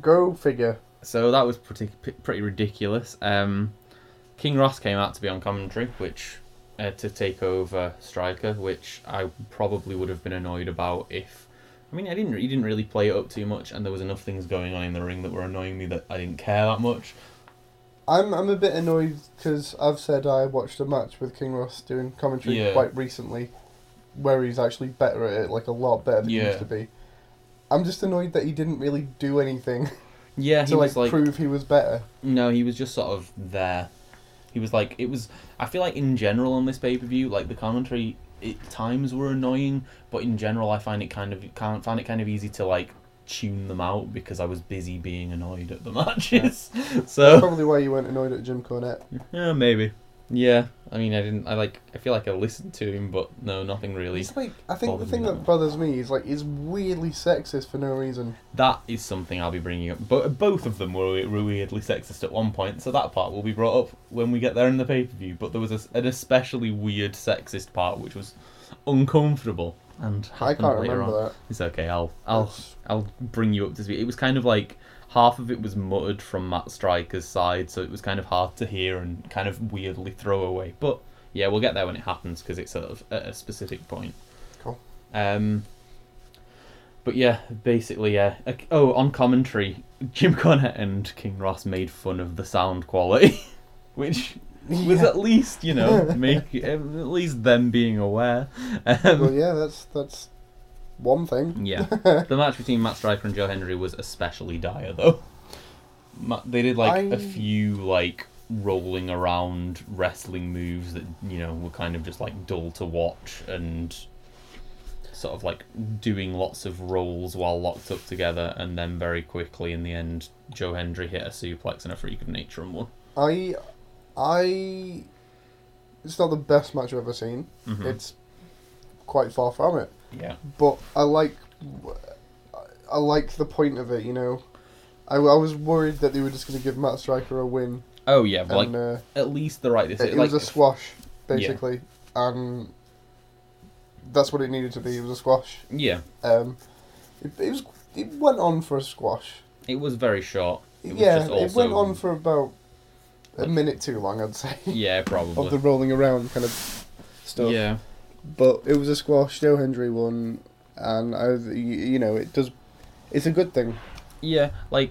Go figure.
So that was pretty p- pretty ridiculous. Um, King Ross came out to be on commentary, which uh, to take over Stryker, which I probably would have been annoyed about if. I mean, I didn't. He didn't really play it up too much, and there was enough things going on in the ring that were annoying me that I didn't care that much.
I'm I'm a bit annoyed because I've said I watched a match with King Ross doing commentary
Yeah.
quite recently, where he's actually better at it, like a lot better than he
Yeah.
used to be. I'm just annoyed that he didn't really do anything
Yeah, he
to like,
was like
prove he was better.
No, he was just sort of there. He was like, it was. I feel like in general on this pay per view, like the commentary, it times were annoying, but in general, I find it kind of can't find it kind of easy to like tune them out because I was busy being annoyed at the matches.
That's
so
probably why you weren't annoyed at Jim Cornette.
yeah, maybe. Yeah, I mean, I didn't. I like. I feel like I listened to him, but no, nothing really.
It's like I think the
bothered me
thing
that
that
much. bothers
bothers me is like is weirdly sexist for no reason.
That is something I'll be bringing up. But both of them were, we- were weirdly sexist at one point, so that part will be brought up when we get there in the pay per view. But there was a s an especially weird sexist part which was uncomfortable and
I
happened
can't
later
remember
on.
that.
It's okay. I'll I'll
That's-
I'll bring you up to speed. It was kind of like half of it was muttered from Matt Stryker's side, so it was kind of hard to hear and kind of weirdly throwaway. But yeah, we'll get there when it happens because it's sort of at a specific point.
Cool.
Um. But yeah, basically, yeah. Ac- Oh, on commentary, Jim Cornette and King Ross made fun of the sound quality, which was
Yeah.
at least you know make at least them being aware. Um,
Well, yeah, that's that's one thing.
yeah. the match between Matt Stryker and Joe Henry was especially dire, though. Ma- They did like a
I-
few like rolling around wrestling moves that you know were kind of just like dull to watch and sort of like doing lots of rolls while locked up together and then very quickly in the end Joe Hendry hit a suplex and a freak of nature and won.
I, I, it's not the best match I've ever seen.
Mhm.
It's quite far from it,
Yeah.
but I like, I like the point of it. You know, I, I was worried that they were just going to give Matt Striker a win,
Oh yeah, but,
and
like
uh,
at least the right
it, it
decision. Like
was a squash basically, and that's what it needed to be. It was a squash.
yeah,
Um, it, it was it went on for a squash.
it was very short. It was
yeah,
just also,
it went on for about a minute too long, I'd say.
yeah,
of the
probably.
rolling around kind of stuff.
yeah.
But it was a squash. Joe Hendry won, and I, was- y- you know, it does. It's a good thing.
Yeah, like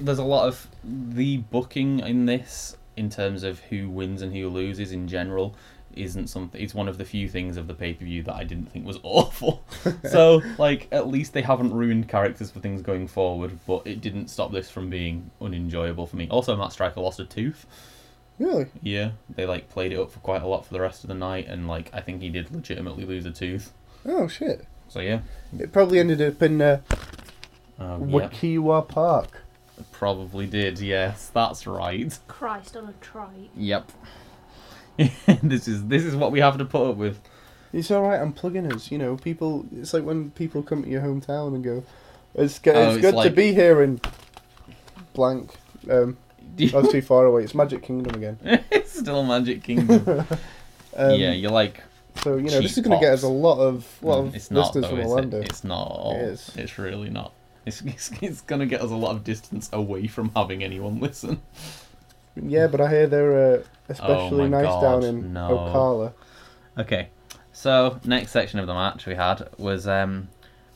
there's a lot of the booking in this in terms of who wins and who loses in general isn't something it's one of the few things of the pay-per-view that I didn't think was awful. so, like at least they haven't ruined characters for things going forward, but it didn't stop this from being unenjoyable for me. Also, Matt Striker lost a tooth.
Really?
Yeah, they like played it up for quite a lot for the rest of the night and like I think he did legitimately lose a tooth.
Oh shit!
So, yeah.
It probably ended up in uh,
Um, yeah,
Wakiwa Park.
probably did. Yes, that's right.
Christ on a trike.
Yep. this is this is what we have to put up with.
It's all right. I'm plugging us. You know, people. It's like when people come to your hometown and go, "It's, go-
Oh,
it's
it's
good
like-
to be here in blank." Um, I was too far away. It's Magic Kingdom again.
it's still Magic Kingdom.
Um,
yeah, you're like
So you know,
cheap
this is going to get us
pops.
a lot of lot
mm,
of
it's not
listeners
though,
from
is it?
Orlando.
It's not. at all.
It is.
It's really not. It's, it's, it's gonna get us a lot of distance away from having anyone listen.
Yeah, but I hear they're uh, especially
Oh my
nice
God,
down in
no.
Ocala.
Okay, so next section of the match we had was um,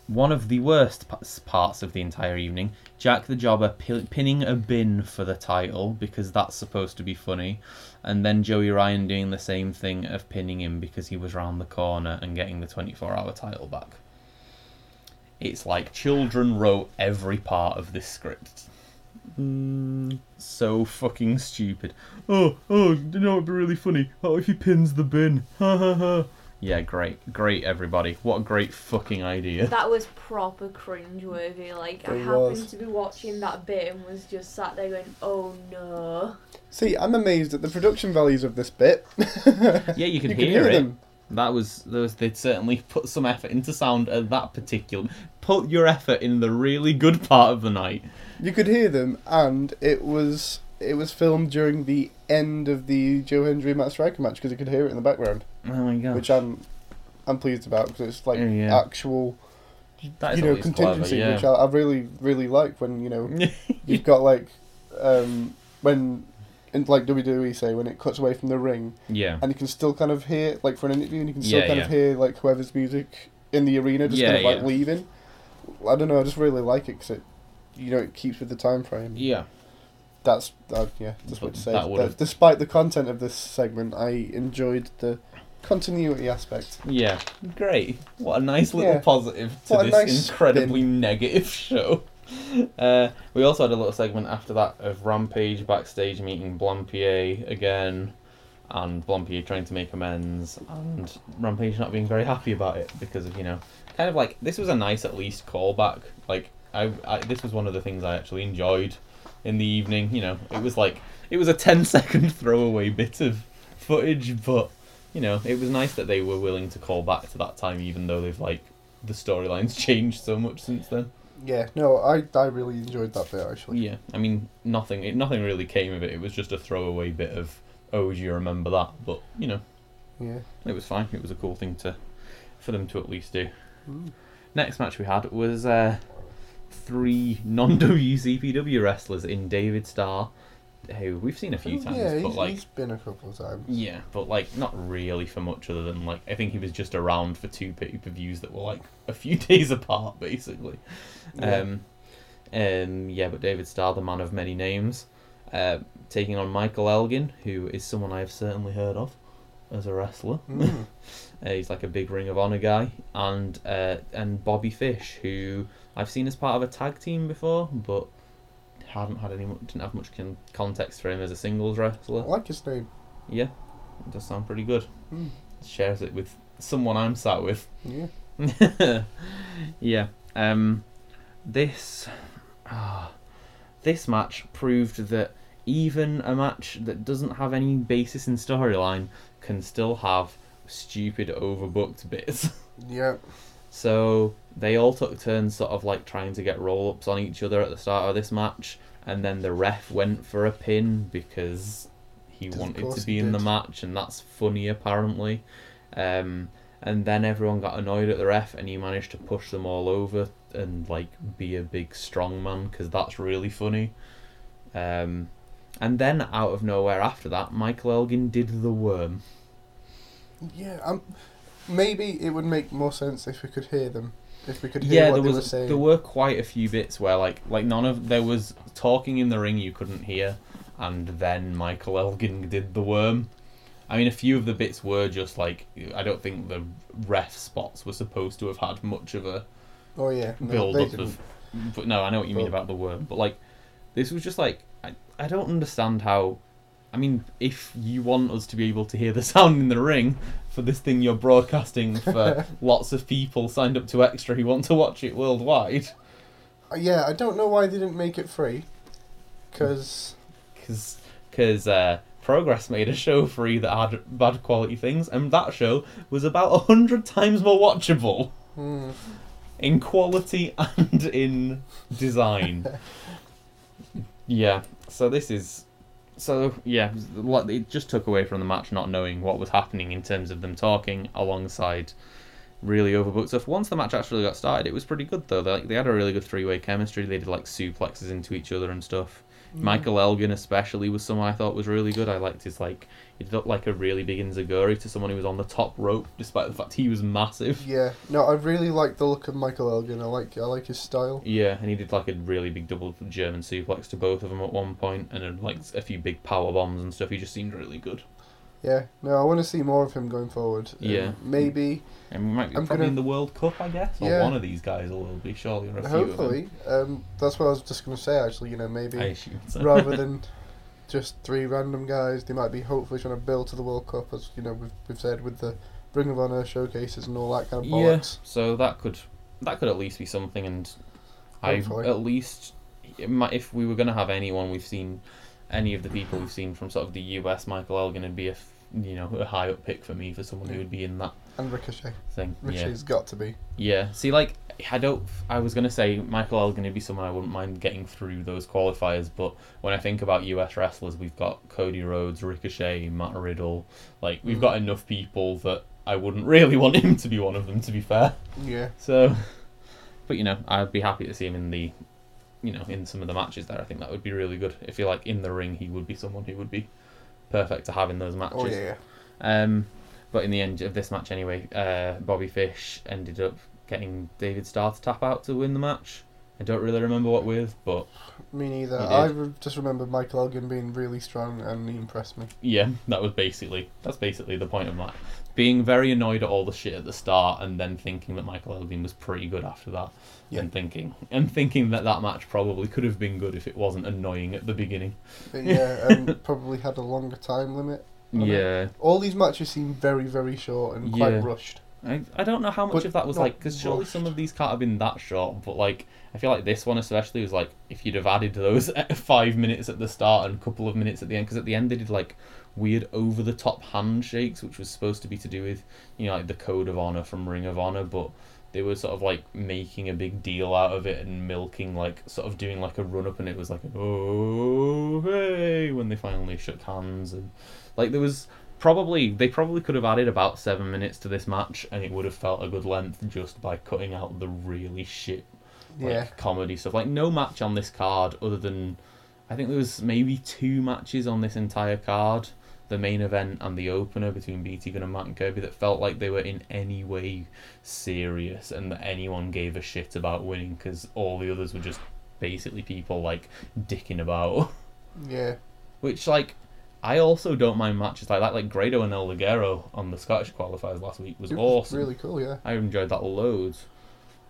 one of the worst p- parts of the entire evening. Jack the Jobber pi- pinning a bin for the title because that's supposed to be funny, and then Joey Ryan doing the same thing of pinning him because he was round the corner and getting the 24 hour title back. It's like children wrote every part of this script so fucking stupid. Oh, oh, you know it'd be really funny. Oh, if he pins the bin. Ha ha ha. Yeah, great, great, everybody. What a great fucking idea.
That was proper cringeworthy. Like I
It
happened
was.
to be watching that bit and was just sat there going, "Oh no!"
See, I'm amazed at the production values of this bit.
Yeah, you can,
you can
hear,
hear
it.
them.
That was, there was they'd certainly put some effort into sound at that particular. Put your effort in the really good part of the night.
You could hear them, and it was it was filmed during the end of the Joe Hendry Matt Striker match because you could hear it in the background,
Oh my god.
which I'm I'm pleased about because it's like
Yeah.
actual
That is
you know
always
contingency,
clever, yeah.
which I, I really really like when you know you've got like um, when in, like WWE say when it cuts away from the ring
yeah.
and you can still kind of hear like for an interview and you can still
Yeah,
kind
yeah.
of hear like whoever's music in the arena just
Yeah,
kind of like
yeah.
leaving. I don't know. I just really like it because it you know it keeps with the time frame.
Yeah.
That's uh, yeah, that's what to say.
That
That
would've-
despite the content of this segment, I enjoyed the continuity aspect.
Yeah. Great. What a nice little
Yeah.
positive to
What a
this
nice
incredibly negative show. Uh, we also had a little segment after that of Rampage backstage meeting Blampier again, and Blampier trying to make amends, and Rampage not being very happy about it because of you know, kind of like this was a nice at least callback. Like I, I this was one of the things I actually enjoyed in the evening. You know, it was like it was a 10 second throwaway bit of footage, but you know, it was nice that they were willing to call back to that time, even though they've like the storylines changed so much since then.
Yeah, no, I I really enjoyed that bit actually.
Yeah, I mean, nothing. It, nothing really came of it. It was just a throwaway bit of, oh, do you remember that? But you know,
Yeah.
it was fine. It was a cool thing to, for them to at least do.
Mm.
Next match we had was uh, three non WCPW wrestlers in David Starr, who we've seen a few times,
Mm. Oh, yeah,
but
he's,
like
he's been a couple of times.
Yeah, but like not really for much other than like I think he was just around for two pay per views that were like a few days apart, basically.
Yeah.
Um, um, yeah, but David Starr, the man of many names, uh, taking on Michael Elgin, who is someone I have certainly heard of as a wrestler.
Mm.
Uh, he's like a big Ring of Honor guy, and uh, and Bobby Fish, who I've seen as part of a tag team before, but haven't had any mu- didn't have much con- context for him as a singles
I
wrestler.
like his name.
Yeah, it does sound pretty good.
Mm.
Shares it with someone I'm sat with.
Yeah.
yeah. Um, this, ah, this match proved that even a match that doesn't have any basis in storyline can still have stupid overbooked bits.
Yeah.
So they all took turns sort of like trying to get roll ups on each other at the start of this match, and then the ref went for a pin because he
Of
wanted
course
to
he
be in the
did.
match, and that's funny apparently. Um, and then everyone got annoyed at the ref, and he managed to push them all over and like be a big strong man because that's really funny. Um, and then out of nowhere after that, Michael Elgin did the worm.
Yeah. Um, maybe it would make more sense if we could hear them. If we could hear
yeah,
what
there
they
was
were saying.
there were quite a few bits where like like none of there was talking in the ring you couldn't hear, and then Michael Elgin did the worm. I mean, a few of the bits were just like I don't think the ref spots were supposed to have had much of a
oh yeah. No,
build
they
up
didn't.
of. But no, I know what you mean
But-
about the worm. But like, this was just like I, I don't understand how. I mean, if you want us to be able to hear the sound in the ring for this thing you're broadcasting for lots of people signed up to Extra who want to watch it worldwide,
Uh, Yeah, I don't know why they didn't make it free. Because.
because because uh, Progress made a show free that had bad quality things, and that show was about a hundred times more watchable.
hmm.
in quality and in design. yeah. So this is. So yeah, like, it just took away from the match not knowing what was happening in terms of them talking alongside really overbooked stuff. Once the match actually got started, it was pretty good though. They, like, they had a really good three-way chemistry. They did like suplexes into each other and stuff. Michael Elgin especially was someone I thought was really good. I liked his like he looked like a really big Inzaguri to someone who was on the top rope, despite the fact he was massive.
Yeah, no, I really like the look of Michael Elgin. I like I like his style.
Yeah, and he did like a really big double German suplex to both of them at one point, and then, like a few big power bombs and stuff. He just seemed really good.
Yeah, no, I want to see more of him going forward. Um,
Yeah.
maybe,
And we might be
I'm
probably
gonna-
in the World Cup, I guess, or
Yeah.
one of these guys will be surely, or a few of them.
hopefully. Um, that's what I was just gonna say. Actually, you know,
I
maybe
assume so.
rather than just three random guys, they might be hopefully trying to build to the World Cup, as you know we've, we've said with the Ring of Honor showcases and all that kind of
yeah,
bollocks.
so that could that could at least be something, and I
Hopefully.
at least it might, if we were gonna have anyone we've seen, any of the people we've seen from sort of the US, Michael Elgin would be a f- you know a high up pick for me for someone who
Yeah.
would be in that
And Ricochet,
thing. yeah.
Ricochet's got to be.
Yeah. See, like I don't. I was gonna say Michael Elgin would be someone I wouldn't mind getting through those qualifiers, but when I think about U.S. wrestlers, we've got Cody Rhodes, Ricochet, Matt Riddle. Like we've got enough people that I wouldn't really want him to be one of them, to be fair.
Yeah.
So, but you know, I'd be happy to see him in the, you know, in some of the matches there. I think that would be really good. If you're like in the ring, he would be someone who would be perfect to have in those matches.
Oh yeah. yeah.
Um, but in the end of this match, anyway, uh, Bobby Fish ended up getting David Starr to tap out to win the match. I don't really remember what with, but
Me neither.
You did.
I re- just remember Michael Elgin being really strong and he impressed me.
yeah, that was basically that's basically the point of that. Being very annoyed at all the shit at the start, and then thinking that Michael Elgin was pretty good after that,
Yeah.
and thinking and thinking that that match probably could have been good if it wasn't annoying at the beginning.
But yeah, and probably had a longer time limit. Okay.
Yeah,
All these matches seem very, very short and quite
Yeah.
rushed.
I, I don't know how much
But
of that was
not
like because surely
rushed.
some of these can't have been that short, but like I feel like this one especially was like if you'd have added those five minutes at the start and a couple of minutes at the end because at the end they did like weird over the top handshakes which was supposed to be to do with you know like the code of honor from Ring of Honor, but they were sort of like making a big deal out of it and milking like sort of doing like a run up and it was like oh hey when they finally shook hands and like there was probably they probably could have added about seven minutes to this match and it would have felt a good length just by cutting out the really shit like
Yeah.
comedy stuff. Like no match on this card other than I think there was maybe two matches on this entire card. The main event and the opener between BT Gunn and Matt and Kirby that felt like they were in any way serious and that anyone gave a shit about winning because all the others were just basically people like dicking about.
Yeah.
Which like I also don't mind matches like that. Like Grado and El Ligero on the Scottish qualifiers last week was
It was
awesome.
Really cool, yeah.
I enjoyed that loads.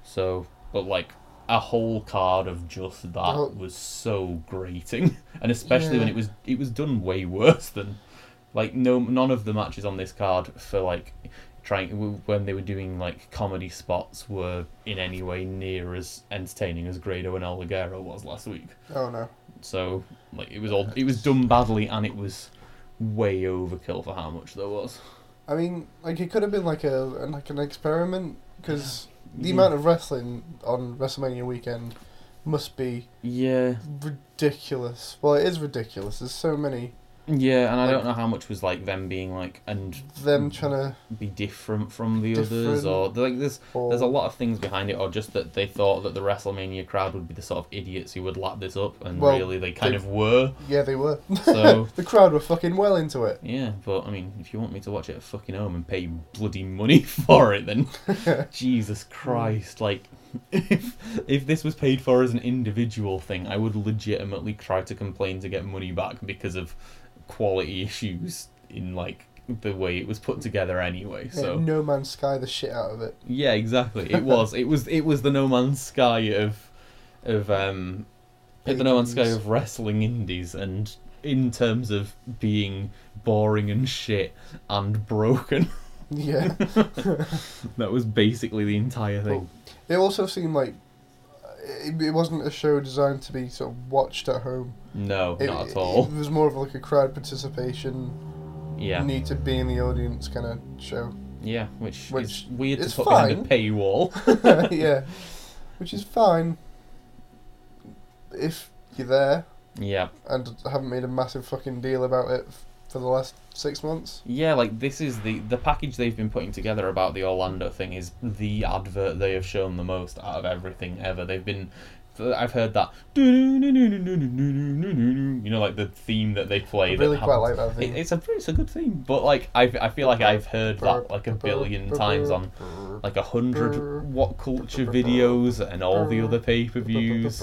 So, but like a whole card of just that
whole-
was so grating, and especially when
Yeah.
it was it was done way worse than like no none of the matches on this card for like trying when they were doing like comedy spots were in any way near as entertaining as Grado and El Ligero was last week.
Oh no.
So like it was all it was done badly, and it was way overkill for how much there was.
I mean, like it could have been like a like an experiment because
Mm.
the amount of wrestling on WrestleMania weekend must be
yeah.
ridiculous. Well, it is ridiculous. There's so many
Yeah, and I
Like-
don't know how much was like them being like and
them trying to.
be different from the others,
Different.
or like there's
Or,
there's a lot of things behind it, or just that they thought that the WrestleMania crowd would be the sort of idiots who would lap this up, and
Well,
really they kind
they-
of were.
Yeah, they were.
So
the crowd were fucking well into it.
yeah, but I mean, if you want me to watch it at fucking home and pay bloody money for it, then Jesus Christ, like if if this was paid for as an individual thing, I would legitimately try to complain to get money back because of quality issues in like the way it was put together anyway.
Yeah,
So
No Man's Sky the shit out of it.
yeah, exactly. It was it was it was the No Man's Sky of of um the No Man's Sky
Indies.
of wrestling indies and in terms of being boring and shit and broken.
Yeah.
that was basically the entire thing.
They also seemed like uh, it, it wasn't a show designed to be sort of watched at home.
no,
It,
not at all.
It was more of like a crowd participation,
yeah.
need to be in the audience kind of show.
Yeah, which,
Which
is weird to
is
put behind
fine.
a paywall.
yeah, which is fine if you're there
yeah,
and haven't made a massive fucking deal about it f- for the last six months.
yeah. Like this is the the package they've been putting together about the Orlando thing is the advert they have shown the most out of everything ever. They've been. I've heard that, you know, like the theme that they play.
I
that
really quite
happens-
like that
It,
thing.
it's a it's a good theme, but like I, I feel like I've heard that like a billion times on like a hundred what culture videos and all the other pay per views.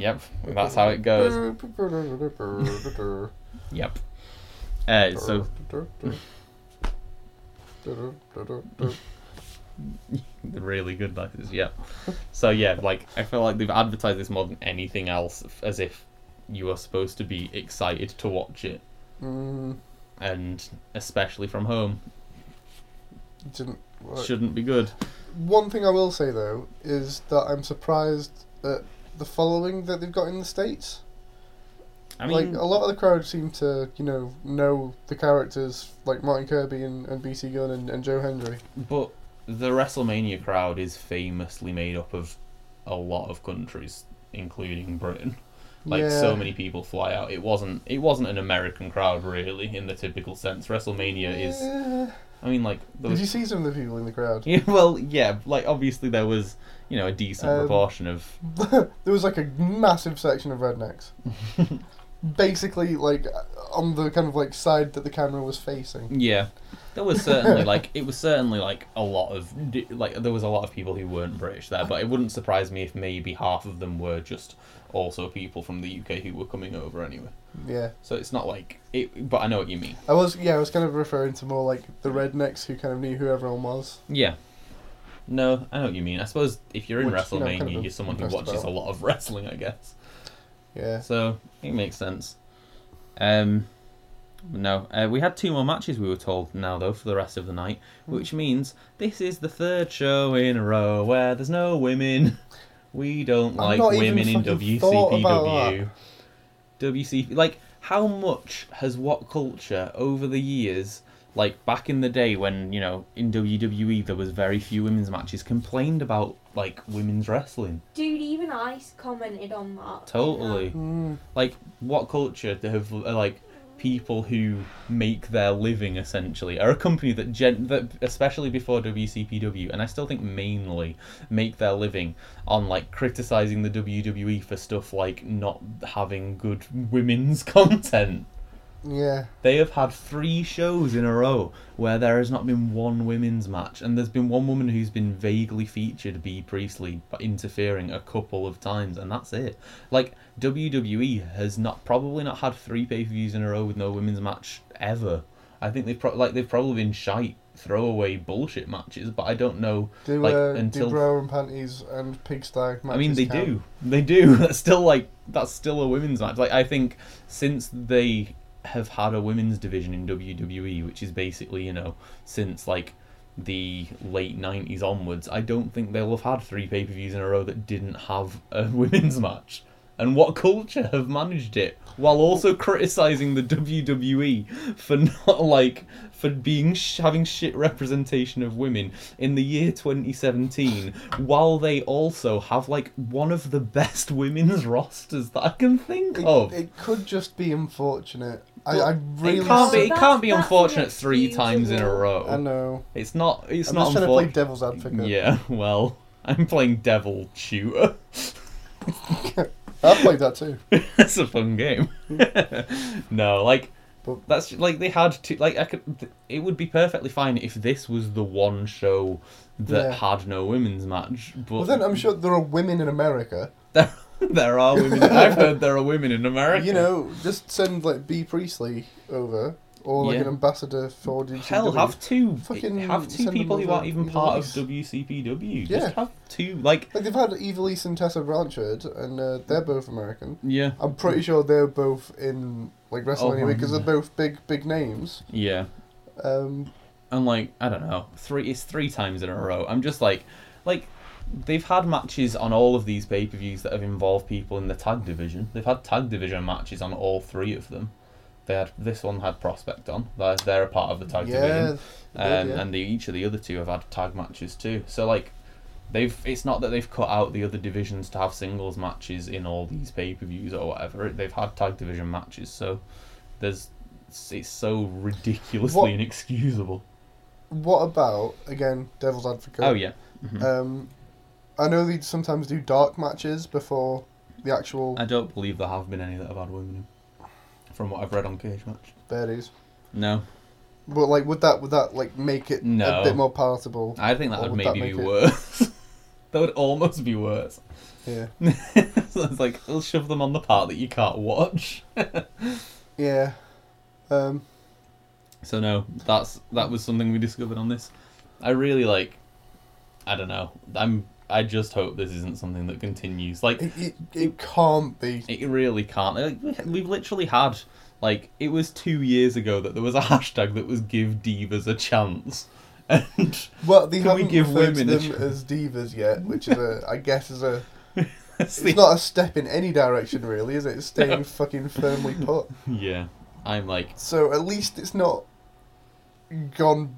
Yep, that's how it goes. Yep. Uh, so really good license. Yep. So yeah, like I feel like they've advertised this more than anything else, f- as if you are supposed to be excited to watch it,
Mm,
and especially from home,
it didn't work.
shouldn't be good.
One thing I will say though is that I'm surprised at the following that they've got in the states.
I mean,
like a lot of the crowd seem to, you know, know the characters like Martin Kirby and, and BT Gunn and, and Joe Hendry.
but the WrestleMania crowd is famously made up of a lot of countries, including Britain. Like so
Yeah.
many people fly out. It wasn't. It wasn't an American crowd really, in the typical sense. WrestleMania is.
Yeah.
I mean, like there
Did you
was.
see some of the people in the crowd?
Yeah, well, yeah, like obviously there was, you know, a decent
Um,
proportion of.
there was like a massive section of rednecks. Basically, like uh, on the kind of like side that the camera was facing.
Yeah, there was certainly like it was certainly like a lot of di- like there was a lot of people who weren't British there, but it wouldn't surprise me if maybe half of them were just also people from the UK who were coming over anyway.
Yeah,
So it's not like it, but I know what you mean.
I was yeah I was kind of referring to more like the rednecks who kind of knew who everyone was.
Yeah. No, I know what you mean. I suppose if you're in
Which, you know,
WrestleMania,
kind of
you're someone who
impressed
watches
about.
a lot of wrestling, I guess.
Yeah,
So it makes sense. Um, no, uh, we had two more matches. We were told now though for the rest of the night,
Hmm.
which means this is the third show in a row where there's no women. We don't
I've
like
not even
women in
fucking thought about
WCPW. WC like how much has what culture over the years like back in the day when you know in WWE there was very few women's matches complained about like women's wrestling
Dude, even I commented on that.
totally
Mm,
like what culture to have uh, like people who make their living essentially are a company that gen that especially before WCPW and I still think mainly make their living on like criticizing the WWE for stuff like not having good women's content.
yeah,
They have had three shows in a row where there has not been one women's match, and there's been one woman who's been vaguely featured, B Priestley, but interfering a couple of times, and that's it. Like WWE has not probably not had three pay per views in a row with no women's match ever. I think they've pro- like they've probably been shite throwaway bullshit matches, but I don't know.
do
Like,
uh,
until-
do bra and panties and pigsty.
I mean,
matches
they
count?
do. They do. That's still like that's still a women's match. Like I think since they have had a women's division in WWE, which is basically you know since like the late '90s onwards, I don't think they'll have had three pay per views in a row that didn't have a women's match. And what culture have managed it while also criticizing the WWE for not like for being sh- having shit representation of women in the year 2017 while they also have like one of the best women's rosters that I can think
It,
of.
it could just be unfortunate. I,
Well,
I really
it can't be
So
it can't be
that's- that's
unfortunate
an
3 times in a
excusable-
row.
I know.
it's not it's
I'm just
not
trying to play
unfortunate.
devil's advocate.
Yeah, well, I'm playing devil shooter.
I played that too.
That's a fun game. no, like
But-
that's like they had to like I could. th- It would be perfectly fine if this was the one show that
Yeah.
had no women's match. But
Well, then I'm sure there are women in America.
there, there are women. I've heard there are women in America.
You know, just send like B Priestley over or like
Yeah.
an ambassador for WCW.
Hell, have two
Fucking
have two
send
people
them
who aren't
over
even
either
part
ways.
of WCPW.
Yeah.
Just have two like
Like they've had Evil East and Tessa Blanchard, and uh, they're both American.
yeah
I'm pretty sure they're both in like WrestleMania
Mm. Oh,
because they're
yeah.
both big, big names.
yeah.
Um,
and like I don't know, three it's three times in a row. I'm just like, like they've had matches on all of these pay per views that have involved people in the tag division. They've had tag division matches on all three of them. They had this one had prospect on. They're, they're a part of the tag division,
yeah, they did,
um,
yeah.
and the, each of the other two have had tag matches too. So like. They've. It's not that they've cut out the other divisions to have singles matches in all these pay per views or whatever. They've had tag division matches, so there's. It's so ridiculously
What-
inexcusable.
what about again, Devil's Advocate?
Oh yeah. Mhm.
Um, I know they sometimes do dark matches before the actual
I don't believe there have been any that have had women in, from what I've read on Cage Match.
birdies.
No,
But like, would that would that like make it
No.
a bit more palatable?
I think that
Or
would
would that
maybe be
make it-
worse. that would almost be worse.
Yeah,
so it's like they'll shove them on the part that you can't watch.
yeah. Um,
So no, that's that was something we discovered on this. I really like. I don't know. I'm. I just hope this isn't something that continues. Like
it, it, it can't be.
It really can't. Like, we- We've literally had like it was two years ago that there was a hashtag that was "Give Divas a Chance," and
Well, they
Can we
haven't
give
referred to
women a
them
chance?
as divas yet, which is a, I guess, is a.
it's the-
It's not a step in any direction, really, is it? It's staying fucking firmly put.
yeah. I'm like
So at least it's not gone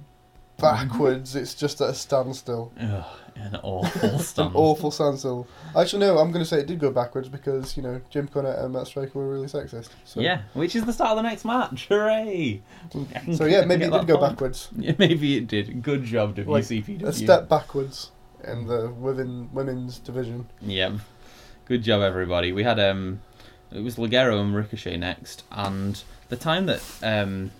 backwards. it's just at a standstill.
Ugh, an awful
An
stand.
awful standstill. Actually, no, I'm going to say it did go backwards because, you know, Jim Cornette and Matt Striker were really sexist. So.
Yeah, which is the start of the next match. Hooray!
So, yeah, maybe
Get
it
that
did go
point.
backwards.
Yeah, maybe it did. Good job, WCPW.
A step backwards in the women, women's division.
Yep. Good job, everybody. We had um, it was Ligero and Ricochet next, and the time that um,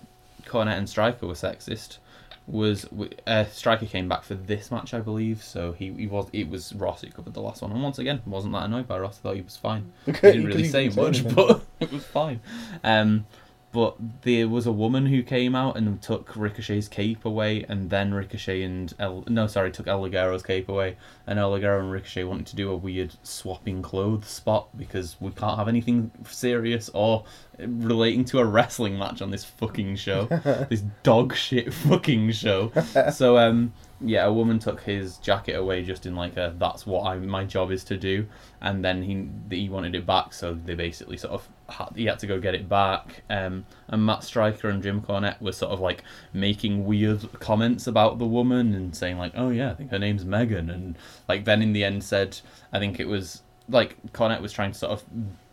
Cornet and Striker were sexist was w- uh, Striker came back for this match, I believe. So he, he was it was Ross who covered the last one, and once again wasn't that annoyed by Ross. I thought he was fine. He didn't really say much,
anything.
but it was fine. Um, but there was a woman who came out and took Ricochet's cape away, and then Ricochet and El, no, sorry, took El Ligero's cape away, and El Ligero and Ricochet wanted to do a weird swapping clothes spot because we can't have anything serious or relating to a wrestling match on this fucking show, this dog shit fucking show. So um, yeah, a woman took his jacket away just in like a that's what I my job is to do, and then he he wanted it back, so they basically sort of had, he had to go get it back. Um, and Matt Stryker and Jim Cornette were sort of like making weird comments about the woman and saying like, oh yeah, I think her name's Megan, and like then in the end said, I think it was like Cornette was trying to sort of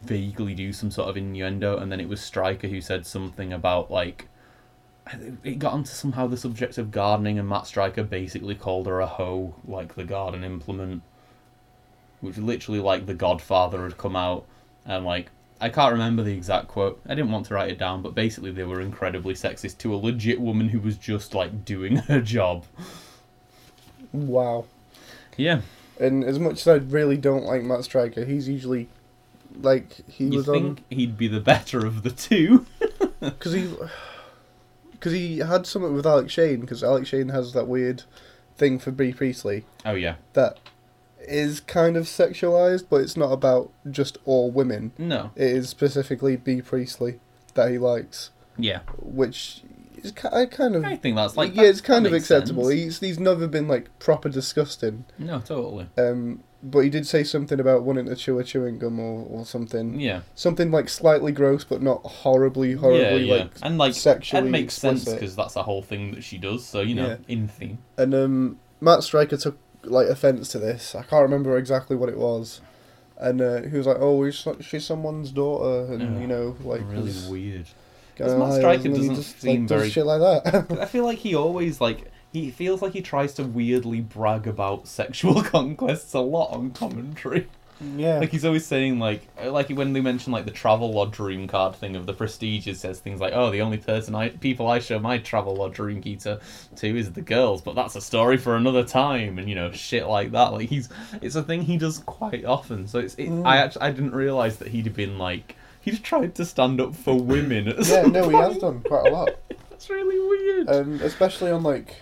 vaguely do some sort of innuendo, and then it was Stryker who said something about like it got onto somehow the subject of gardening, and Matt Stryker basically called her a hoe, like the garden implement, which literally like the Godfather had come out, and like I can't remember the exact quote. I didn't want to write it down, but basically they were incredibly sexist to a legit woman who was just like doing her job.
Wow.
Yeah,
And as much as I really don't like Matt Striker, he's usually like he
you
was um,
think he'd be the better of the two?
on because he because he had something with Alex Shane because Alex Shane has that weird thing for Bree Priestley
Oh yeah,
that is kind of sexualized, but it's not about just all women.
no,
It is specifically B Priestley that he likes,
yeah,
which is ki- I kind of
I think that's like
yeah,
that-
it's kind
that
of
makes
acceptable.
sense.
He's he's never been like proper disgusting.
No, totally.
Um, but he did say something about wanting to chew a chewing gum or, or something.
Yeah.
Something like slightly gross, but not horribly, horribly like.
and like
sexually
that makes sense
explicit.
because that's the whole thing that she does. So you know,
Yeah.
in theme.
And um, Matt Stryker took like offense to this. I can't remember exactly what it was, and uh, he was like, "Oh, we're so- she's someone's daughter," and
Yeah.
you know, like
really
was
weird.
going
'Cause Matt
on,
Stryker
and then he
doesn't
just,
seem
like, does
very-
shit like that.
I feel like he always like he feels like he tries to weirdly brag about sexual conquests a lot on commentary.
yeah,
Like he's always saying like uh, like when they mention like the travel or dream card thing of the prestige it says things like oh the only person I people I show my travel or dream key to, to is the girls but that's a story for another time and you know shit like that like he's it's a thing he does quite often so it's it, I
Mm.
actually I didn't realize that he'd been like he'd tried to stand up for women at
yeah.
some
No, he
point.
has done quite a lot.
that's really weird
um, especially on like.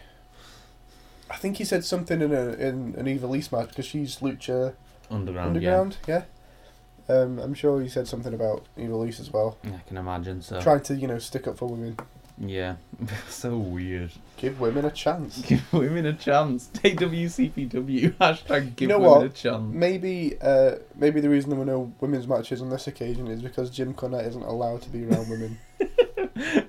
I think he said something in a in an Eva Lee match because she's Lucha
underground,
Underground. Yeah, Um, I'm sure he said something about Eva Lee as well,
yeah I can imagine so
trying to you know stick up for women,
yeah so weird
give women a chance.
give women a chance take WCPW hashtag give
know
women
what?
a chance
Maybe uh, maybe the reason there were no women's matches on this occasion is because Jim Cornette isn't allowed to be around women.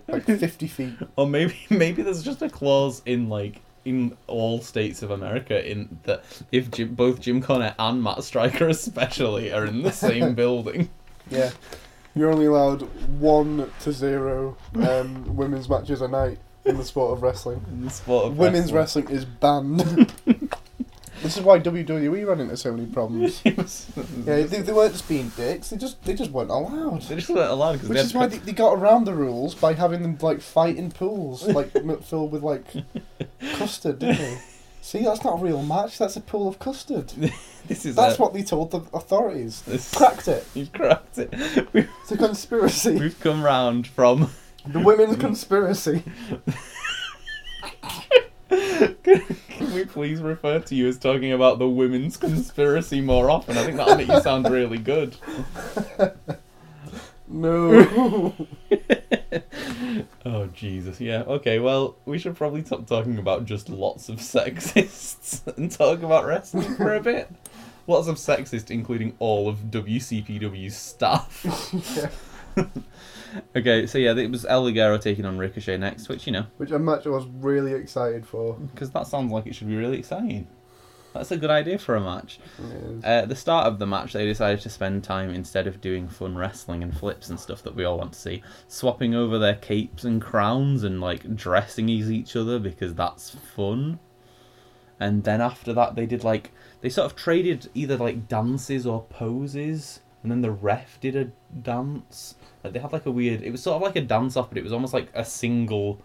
like fifty feet.
Or maybe maybe there's just a clause in like in all states of America in that if Jim, both Jim Connor and Matt Stryker especially are in the same building.
Yeah. You're only allowed one to zero um, women's matches a night in the sport of wrestling.
In the sport of
Women's wrestling is banned. this is why WWE ran into so many problems.
wrestling.
Yeah, they, they weren't just being dicks. They just they just weren't allowed.
They just weren't allowed because
Which is why they, they got around the rules by having them like fight in pools, like m- filled with like custard, didn't they? See, that's not a real match. That's a pool of custard.
this is
That's
a-
what they told the authorities.
this-
Cracked it.
You've cracked it. We've,
It's a conspiracy.
we've come round from
The women's conspiracy.
Can we please refer to you as talking about the women's conspiracy more often? I think that'll make you sound really good.
No.
Oh Jesus, yeah. Okay, well, we should probably stop talking about just lots of sexists and talk about wrestling for a bit. Lots of sexists, including all of WCPW's staff.
yeah.
Okay, so yeah, it was El Ligero taking on Ricochet next, which you know,
which a match I was really excited for.
because that sounds like it should be really exciting. That's a good idea for a match.
Yes.
Uh, At the start of the match, they decided to spend time instead of doing fun wrestling and flips and stuff that we all want to see, swapping over their capes and crowns and like dressing as each other because that's fun. And then after that, they did like they sort of traded either like dances or poses, and then the ref did a dance. Like they had like a weird. It was sort of like a dance off, but it was almost like a single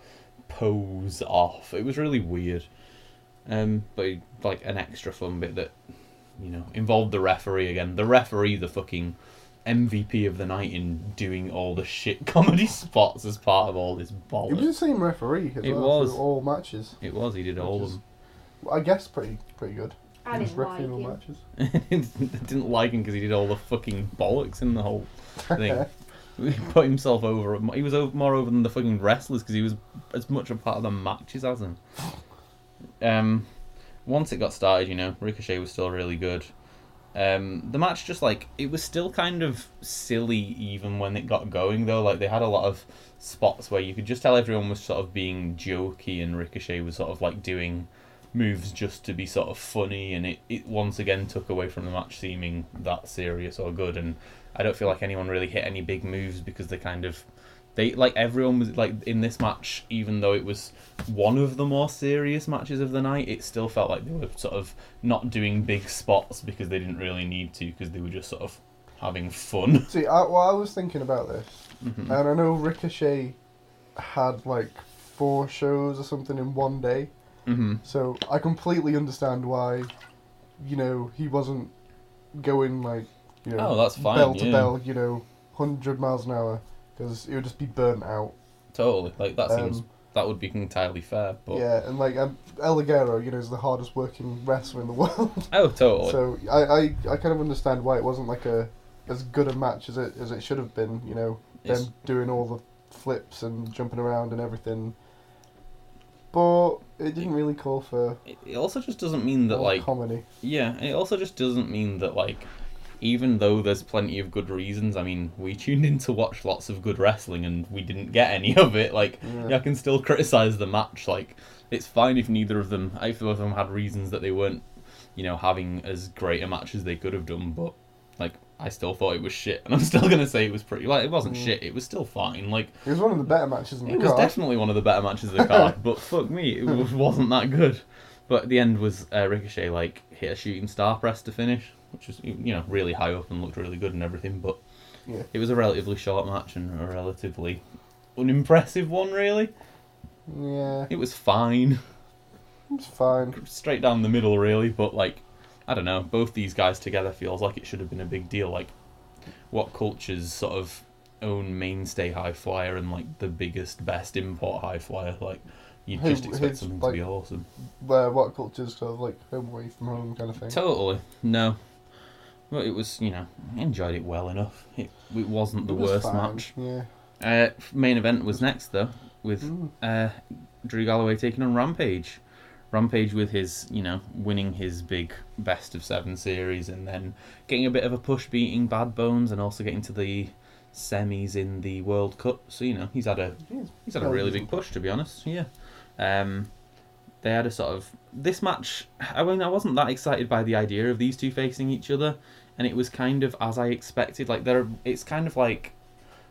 pose off. It was really weird. Um, but like an extra fun bit that you know, involved the referee again. The referee, the fucking MVP of the night in doing all the shit comedy spots as part of all this
It was
bollocks.
the same referee as
It
well
was.
through all matches.
It was. He did all of them.
I guess pretty pretty good.
I
Just
didn't like
refereeing all
him.
matches.
I didn't like him because he did all the fucking bollocks in the whole thing. he put himself over. He was over, more over than the fucking wrestlers because he was as much a part of the matches as him. Um, once it got started, you know, Ricochet was still really good. Um, the match just like it was still kind of silly even when it got going though. Like they had a lot of spots where you could just tell everyone was sort of being jokey and Ricochet was sort of like doing moves just to be sort of funny and it, it once again took away from the match seeming that serious or good and I don't feel like anyone really hit any big moves because they kind of they like everyone was like in this match even though it was one of the more serious matches of the night it still felt like they were sort of not doing big spots because they didn't really need to because they were just sort of having fun
See, I, well, I was thinking about this,
Mhm.
and I know Ricochet had like four shows or something in one day,
mm-hmm.
so I completely understand why, you know, he wasn't going like, you know,
oh that's fine
bell to
yeah.
bell, you know, hundred miles an hour, because he would just be burnt out.
totally like that
Um,
seems that would be entirely fair but
Yeah, and like um, El Ligero, you know, is the hardest working wrestler in the world,
oh totally
so I, I I kind of understand why it wasn't like a as good a match as it as it should have been, you know.
It's-
them doing all the flips and jumping around and everything. But it didn't really call for
it it also just doesn't mean that
all
like
comedy.
Yeah, and it also just doesn't mean that like even though there's plenty of good reasons, I mean, we tuned in to watch lots of good wrestling and we didn't get any of it. Like
Yeah.
I can still criticize the match. Like it's fine if neither of them if both of them had reasons that they weren't, you know, having as great a match as they could have done, but like I still thought it was shit and I'm still gonna say it was pretty like it wasn't
Mm.
shit, it was still fine. Like
It was one of the better matches in the
it was
card.
definitely one of the better matches of the card, but fuck me, it was, wasn't that good. But at the end was uh, Ricochet like hit a shooting star press to finish, which was you know really high up and looked really good and everything. But
Yeah.
it was a relatively short match and a relatively unimpressive one. Really,
yeah,
it was fine,
it's fine.
straight down the middle really. But like, I don't know, both these guys together feels like it should have been a big deal. Like, what cultures sort of own mainstay high flyer and like the biggest best import high flyer like you'd
Who-
just expect
who's,
something
like-
to be awesome
Where what culture's sort of like home away from home kind of thing.
totally no well it was you know I enjoyed it well enough it, it wasn't the
It was
worst
fine,
match
Yeah.
uh, main event was next though with
Mm.
uh, Drew Galloway taking on Rampage. Rampage with his, you know, winning his big best of seven series and then getting a bit of a push beating Bad Bones and also getting to the semis in the World Cup. So, you know, he's had a
He's
he's had a really big push to be honest. Yeah. Um they had a sort of this match I mean I wasn't that excited by the idea of these two facing each other and it was kind of as I expected. Like there it's kind of like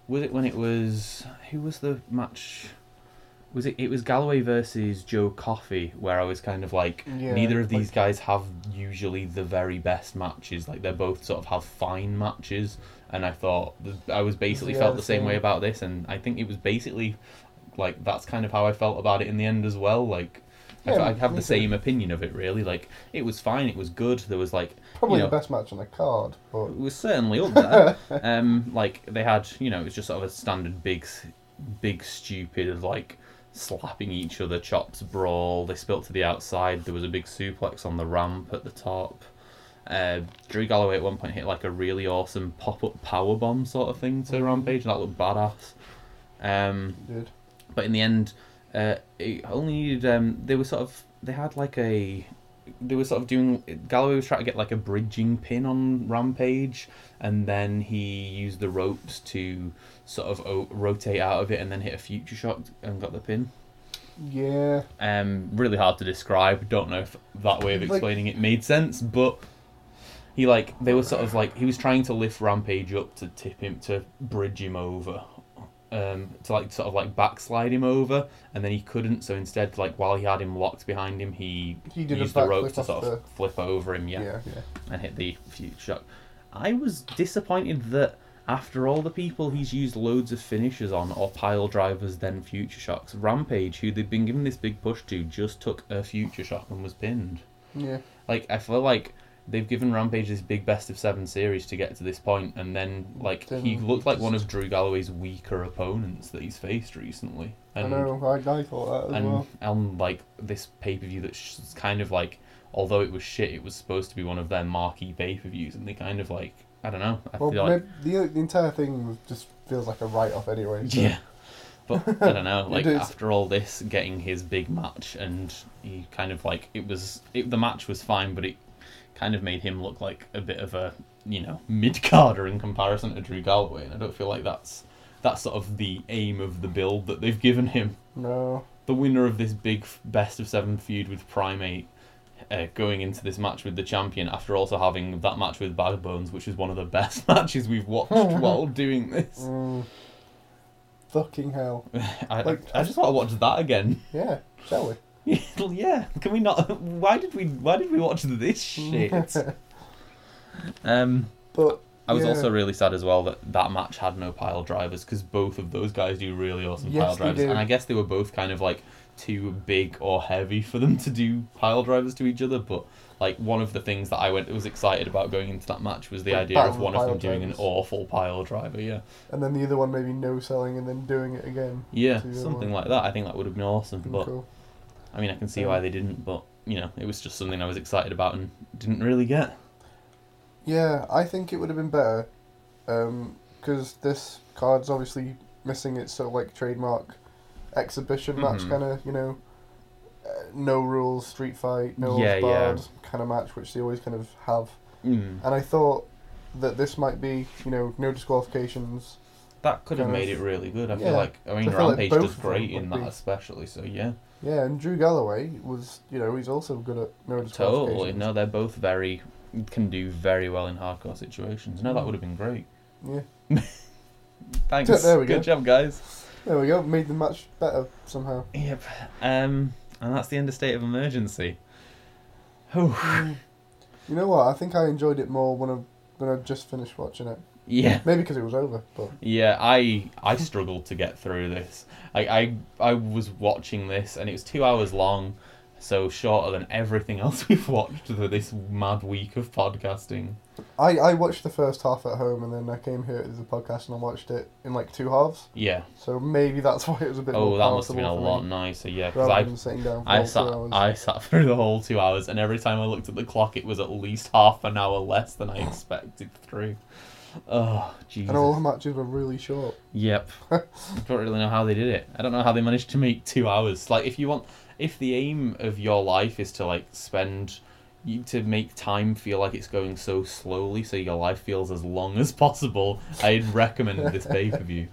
was it when it was who was the match was it it was Galloway versus Joe Coffey where I was kind of like
Yeah,
neither of these
like-
guys have usually the very best matches like they're both sort of have fine matches and I thought I was basically
Yeah,
felt the same
same.
way about this and I think it was basically like that's kind of how I felt about it in the end as well like I
Yeah,
I have
me
the
too.
same opinion of it really like it was fine it was good there was like
Probably
you know,
the best match on the card, but
it was certainly up there. um, like they had, you know, it was just sort of a standard big, s- big stupid like slapping each other, chops, brawl. They spilt to the outside. There was a big suplex on the ramp at the top. Uh, Drew Galloway at one point hit like a really awesome pop up power bomb sort of thing
Mm.
to Rampage. That looked badass. Um,
it did.
but in the end, uh, it only needed. Um, they were sort of. They had like a they were sort of doing Galloway was trying to get like a bridging pin on Rampage, and then he used the ropes to sort of o- rotate out of it and then hit a future shot and got the pin.
Yeah.
Um, really hard to describe. Don't know if that way of
Like-
explaining it made sense, but he like they were sort of like he was trying to lift Rampage up to tip him to bridge him over, um, to like sort of like backslide him over, and then he couldn't. So instead, like while he had him locked behind him, he
He did
used
a
the rope
backflip
to
off
sort
the.
of flip over him, yeah,
Yeah, yeah.
and hit the future shot. I was disappointed that after all the people he's used loads of finishers on or pile drivers, then future shocks, Rampage, who they've been given this big push to, just took a future shock and was pinned.
Yeah.
Like I feel like they've given Rampage this big best of seven series to get to this point, and then like he
Then
looked like one of Drew Galloway's weaker opponents that he's faced recently. And
I know. I, I thought that as
and
well.
and like this pay per view that's kind of like although it was shit, it was supposed to be one of their marquee pay per views, and they kind of like I don't know. I
Well,
feel like
mayb- the, the entire thing was- just feels like a write off anyway. so-
yeah. But I don't know,
It
like
is.
after all this, getting his big match, and he kind of like it was it, the match was fine, but it kind of made him look like a bit of a you know mid carder in comparison to Drew Galloway, and I don't feel like that's that's sort of the aim of the build that they've given him
No.
the winner of this big f- best of seven feud with Primate uh, going into this match with the champion after also having that match with Bad Bones, which is one of the best matches we've watched while doing this.
Mm. Fucking hell.
I,
Like-
I just want to watch that again.
Yeah, shall we?
yeah, can we not? Why did we? Why did we watch this shit? um,
but
I was
Yeah.
also really sad as well that that match had no pile drivers because both of those guys do really awesome
Yes,
pile
they
drivers,
do.
and I guess they were both kind of like too big or heavy for them to do pile drivers to each other. But like one of the things that I went was excited about going into that match was the
Like,
idea of
battle
one of
pile
them doing an
drivers.
awful pile driver. Yeah,
and then the other one maybe no selling and then doing it again.
yeah,
So, yeah,
something
well.
like that. I think that would have been awesome. But
cool.
I mean, I can see
Yeah.
why they didn't. But you know, it was just something I was excited about and didn't really get.
Yeah, I think it would have been better, because this card's obviously missing its sort of like trademark exhibition match
Mhm.
kind of you know, uh, no rules street fight, no
Yeah,
rules
yeah.
barred kind of match which they always kind of have.
Mm.
And I thought that this might be you know no disqualifications.
That could have
kind
made
of-
it really good. I feel
yeah.
like I mean,
I feel like
Rampage
both
does
of them
great in
would
that,
be.
especially. So yeah.
Yeah, and Drew Galloway was you know he's also good at no disqualifications.
Totally. No, they're both very can do very well in hardcore situations. No, that
Hmm.
would have been great.
Yeah.
Thanks.
There we
Good
go.
job, guys.
There we go. Made the match better somehow.
Yep. Um, and that's the end of state of emergency. Oh
You know what? I think I enjoyed it more when I when I just finished watching it.
yeah.
Maybe because it was over, but
Yeah, I I struggled to get through this. I, I I was watching this and it was two hours long, so shorter than everything else we've watched for this mad week of podcasting.
I, I watched the first half at home and then I came here to the podcast and I watched it in like two halves.
Yeah.
So maybe that's why it was a bit.
Oh,
more
that must have been a
palatable
lot
for me,
nicer. Yeah, because
Rather
I
than sitting down for
I
all
sat,
two hours.
I sat through the whole two hours, and every time I looked at the clock, it was at least half an hour less than I expected through. Oh, Jesus.
and all the matches were really short.
Yep. don't really know how they did it. I don't know how they managed to make two hours. Like, if you want, if the aim of your life is to like spend, you to make time feel like it's going so slowly, so your life feels as long as possible, I'd recommend this pay per view.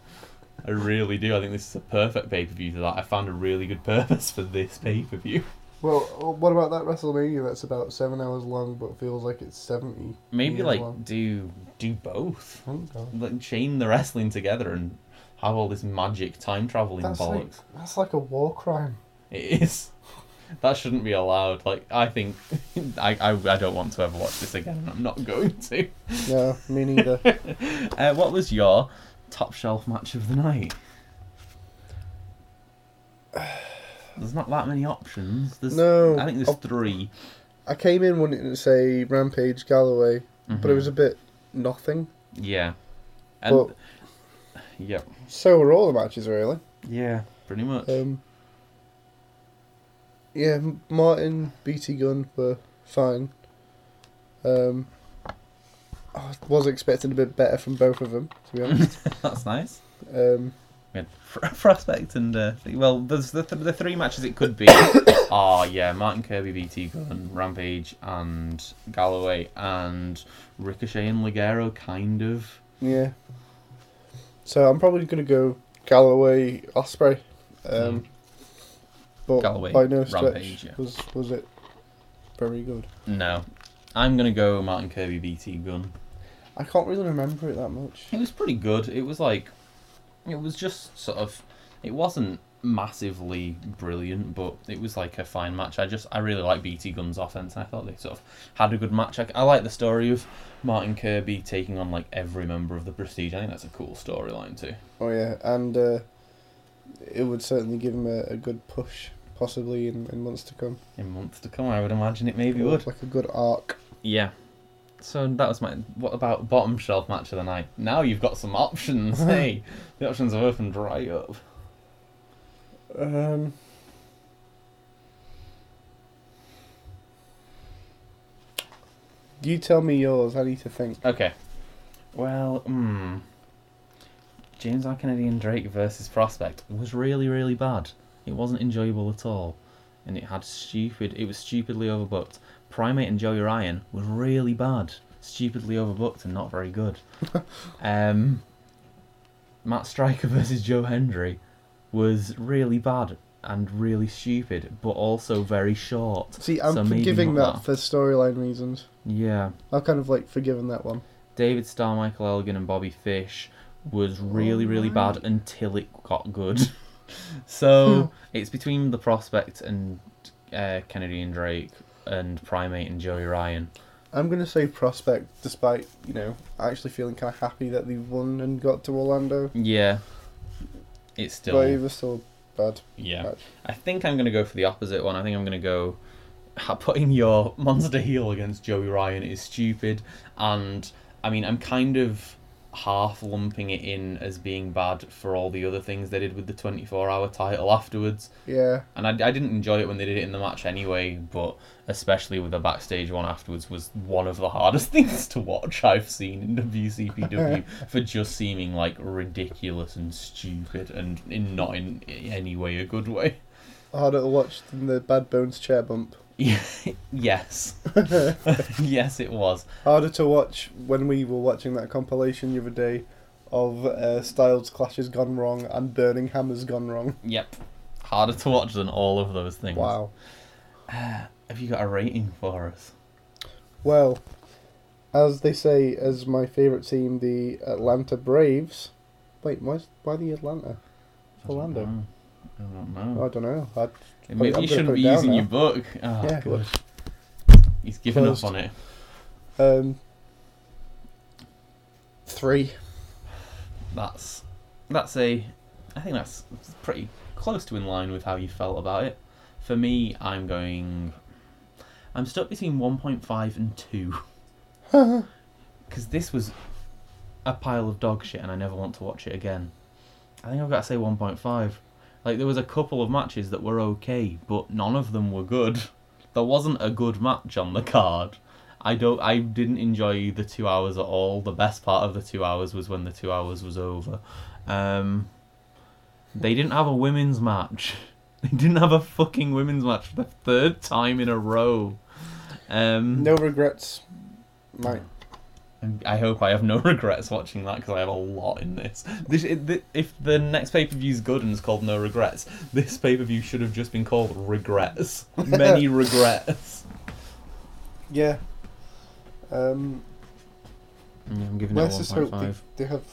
I really do. I think this is a perfect pay per view for that. I found a really good purpose for this pay per view.
Well, uh, what about that WrestleMania that's about seven hours long but feels like it's seventy?
Maybe
years
like
long?
do do both.
Oh, God.
Like chain the wrestling together and have all this magic time traveling
That's like
bollocks.
that's like a war crime.
It is. That shouldn't be allowed. Like I think I, I I don't want to ever watch this again and I'm not going to.
No, me neither.
Uh, what was your top shelf match of the night? There's not that many options. There's
No.
I think there's
Oh.
3
I came in wanting to say Rampage Galloway, but it
Mhm.
was a bit nothing.
Mm-hmm. Yeah. And
But-
Yep.
So were all the matches really.
Yeah. Pretty much.
Um, yeah, M- Martin BT Gun were fine. Um, I was expecting a bit better from both of them, to be honest.
That's nice.
um,
We had Fr- Prospect and uh, th- well, there's the th- the three matches it could be. are yeah, Martin Kirby BT Gunn, Rampage and Galloway and Ricochet and Ligero, kind of.
Yeah. So I'm probably gonna go Galloway Osprey. Um, But
Hmm. Galloway,
by no stretch
Rampage, yeah.
was was it very good.
No, I'm gonna go Martin Kirby BT Gunn.
I can't really remember it that much.
It was pretty good. It was like, it was just sort of, it wasn't massively brilliant, but it was like a fine match. I just, I really like BT Gunn's offense. I thought they sort of had a good match. I, I like the story of Martin Kirby taking on like every member of the Prestige. I think that's a cool storyline too.
Oh yeah, and uh, it would certainly give him a, a good push, possibly in, in months to come.
In months to come, I would imagine it maybe would.
like a good arc.
Yeah. So that was my. What about bottom shelf match of the night? Now you've got some options. hey, the options are opened right up.
Um, you tell me yours. I need to think.
Okay. Well, hmm. James R. Kennedy and Drake versus Prospect was really, really bad. It wasn't enjoyable at all. And it had stupid it was stupidly overbooked. Primate and Joey Ryan was really bad. Stupidly overbooked and not very good. um Matt Stryker versus Joe Hendry was really bad and really stupid, but also very short.
See, I'm
So maybe
forgiving
not
that for storyline reasons.
Yeah.
I've kind of like forgiven that one.
David Starr, Michael Elgin, and Bobby Fish was
Oh,
really, really
Alright.
bad until it got good.
Hmm.
so it's between the prospect and uh, Kennedy and Drake and Primate and Joey Ryan.
I'm gonna say prospect, despite you know actually feeling kind of happy that they won and got to Orlando.
Yeah, it's still
But it was still bad.
yeah.
Right.
I think I'm gonna go for the opposite one. I think I'm gonna go ha- putting your monster heel against Joey Ryan is stupid, and I mean I'm kind of half lumping it in as being bad for all the other things they did with the 24 hour title afterwards.
Yeah,
And I, I didn't enjoy it when they did it in the match anyway, but especially with the backstage one afterwards was one of the hardest things to watch I've seen in WCPW for just seeming like ridiculous and stupid and in not in any way a good way.
harder to watch than the Bad Bones chair bump.
yes. yes, it was.
Harder to watch when we were watching that compilation the other day of uh, Styles clashes gone wrong and Burning Hammers gone wrong.
Yep. Harder to watch than all of those things.
Wow.
Have you got a rating for us?
Well, as they say, as my favourite team, the Atlanta Braves. Wait, why's, why the Atlanta? Orlando.
I don't know. I don't
I
know.
don't know. I,
Maybe
Oh, I'm
you
gonna
shouldn't
put it
be
down
using
now.
your book. Oh,
Yeah,
God. He's given up
Closed.
on it.
um, three.
that's that's a I think that's pretty close to in line with how you felt about it. For me, I'm going. I'm stuck between 1.5 and 2 because this was a pile of dog shit, and I never want to watch it again. I think I've got to say 1.5. Like there was a couple of matches that were okay, but none of them were good. There wasn't a good match on the card. I don't. I didn't enjoy the two hours at all. The best part of the two hours was when the two hours was over. Um, they didn't have a women's match. They didn't have a fucking women's match for the third time in a row. Um,
No regrets. Mate.
I hope I have no regrets watching that because I have a lot in this. this it, th if the next pay per view is good and it's called No Regrets, this pay per view should have just been called Regrets. Many regrets.
Yeah. Um,
Yeah, I'm giving
let's
it
just
one
hope
point
they,
five.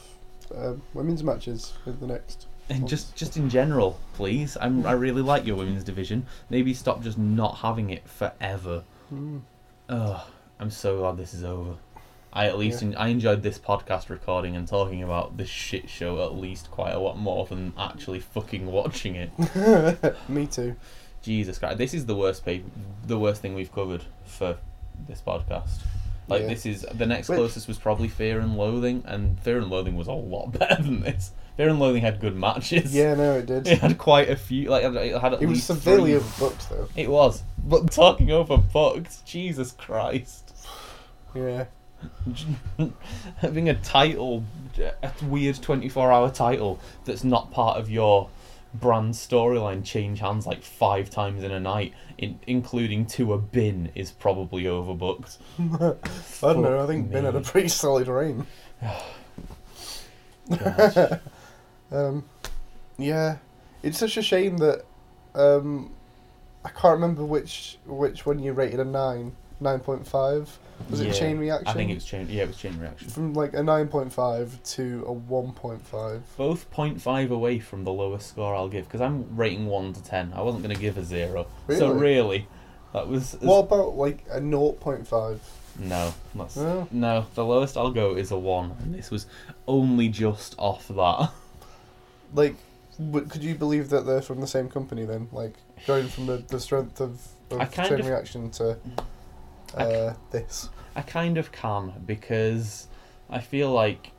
they have um, women's matches in the next.
And just, just in general, please. I'm, I really like your women's division. Maybe stop just not having it forever.
Hmm.
Oh, I'm so glad this is over. I at least
Yeah.
en- I enjoyed this podcast recording and talking about this shit show at least quite a lot more than actually fucking watching it.
Me too.
Jesus Christ, this is the worst pay- the worst thing we've covered for this podcast. Like
Yeah.
this is the next
Which-
closest was probably Fear and Loathing, and Fear and Loathing was a lot better than this. Fear and Loathing had good matches.
Yeah, no, it did.
it had quite a few. Like it had at
It was
least
severely
three-
overbooked though.
It was, but talking over books, Jesus Christ.
Yeah.
having a title, a weird twenty-four hour title that's not part of your brand storyline change hands like five times in a night, in, including to a bin, is probably overbooked.
I don't know. I think Ben had a pretty solid reign.
Gosh.
Um, yeah, it's such a shame that um, I can't remember which which one you rated a nine nine point five. Was it
Yeah,
Chain Reaction?
I think it was chain. Yeah, it was chain reaction.
from like a nine point five to a one point five.
Both 0.5 away from the lowest score I'll give because I'm rating one to ten. I wasn't going to give a zero. So
Really?
really, that was as-
What about like a 0.5?
no. That's,
No.
No, the lowest I'll go is a one, and this was only just off that.
Like, w- could you believe that they're from the same company then? Like, going from the, the strength of,
I
of
kind
Chain
of-
Reaction to
I c-
uh, this.
I kind of can because I feel like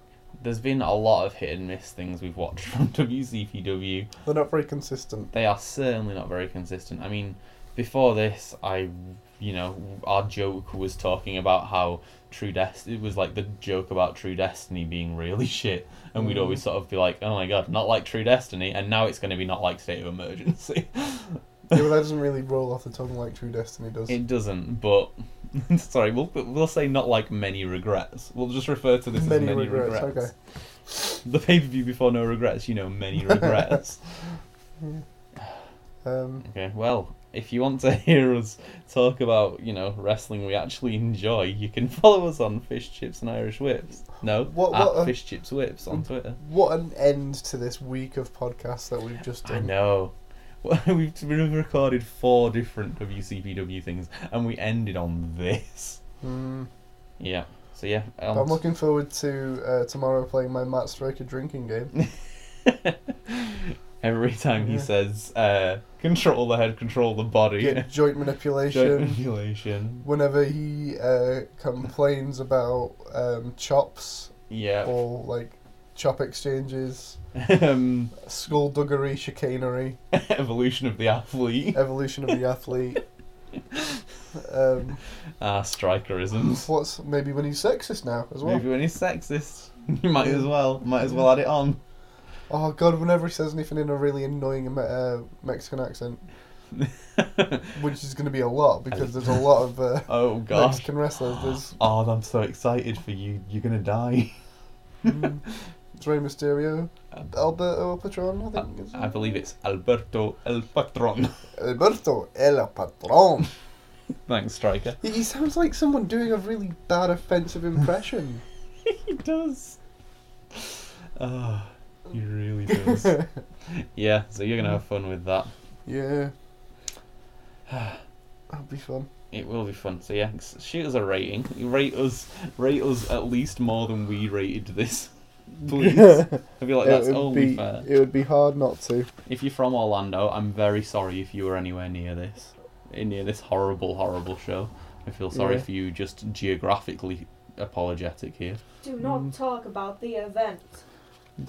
there's been a lot of hit and miss things we've watched from WCPW.
They're not very consistent.
They are certainly not very consistent. I mean, before this, I, you know, our joke was talking about how True Destiny, it was like the joke about True Destiny being really shit. And we'd
Mhm.
always sort of be like, oh my god, not like True Destiny. And now it's going to be not like State of Emergency.
yeah, but that doesn't really roll off the tongue like True Destiny does.
It doesn't, but sorry, we'll we'll say not like many regrets. We'll just refer to this
Many
as many
regrets,
regrets. The pay per view before no regrets, you know, many regrets.
Um,
okay, well, if you want to hear us talk about you know wrestling we actually enjoy, you can follow us on Fish Chips and Irish Whips. No,
What-
at
what, uh,
Fish Chips Whips on Twitter.
what an end to this week of podcasts that we've just done.
I know. We've we've recorded four different WCPW things, and we ended on this.
Mm.
Yeah. So yeah.
But
on
I'm looking forward to uh, tomorrow playing my Matt Striker drinking game.
Every time he
Yeah.
says, uh, control the head, control the body,
Get joint
joint
manipulation.
manipulation.
Whenever he uh, complains about um, chops
Yeah.
or like chop exchanges,
um,
skullduggery, chicanery,
evolution of the athlete.
evolution of the athlete. Um,
Ah, strikerisms.
what's maybe when he's sexist now as well?
Maybe when he's sexist, you might as well, might as well add it on.
Oh god, whenever he says anything in a really annoying Me- uh, Mexican accent, which is going to be a lot because there's a lot of uh,
oh gosh.
Mexican wrestlers. There's
Oh, I'm so excited for you. You're gonna die.
mm, it's Rey Mysterio, Alberto Patron, I think. is-
I believe it's Alberto El Patron.
Alberto El Patron.
Thanks, striker.
He- He sounds like someone doing a really bad offensive impression.
He does. Ah, he really does. Yeah, so you're gonna have fun with that.
yeah. That'll be fun.
It will be fun. So yeah, s- shoot us a rating. Rate us, rate us at least more than we rated this. Please, I feel like that's
it, would
only
be,
fair.
it would be hard not to.
If you're from Orlando, I'm very sorry if you were anywhere near this, eh, near this horrible, horrible show. I feel sorry
Yeah.
for you. Just geographically apologetic here.
Do not
Mm.
talk about the event.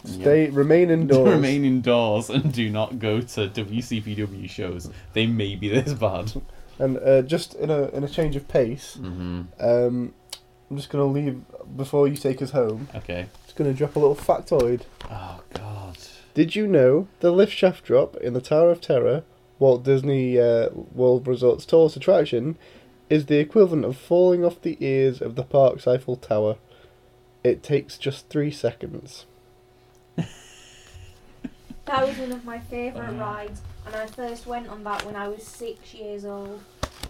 Stay, remain indoors.
Remain indoors and do not go to WCPW shows. They may be this bad.
And uh, just in a in a change of pace,
hmm
um, I'm just gonna leave before you take us home.
Okay.
Just gonna drop a little factoid.
Oh God.
Did you know the lift shaft drop in the Tower of Terror, Walt Disney uh, World Resort's tallest attraction, is the equivalent of falling off the ears of the park's Eiffel Tower? It takes just three seconds.
That was one of my favourite
Oh.
rides, and I first went on that when I was six years old.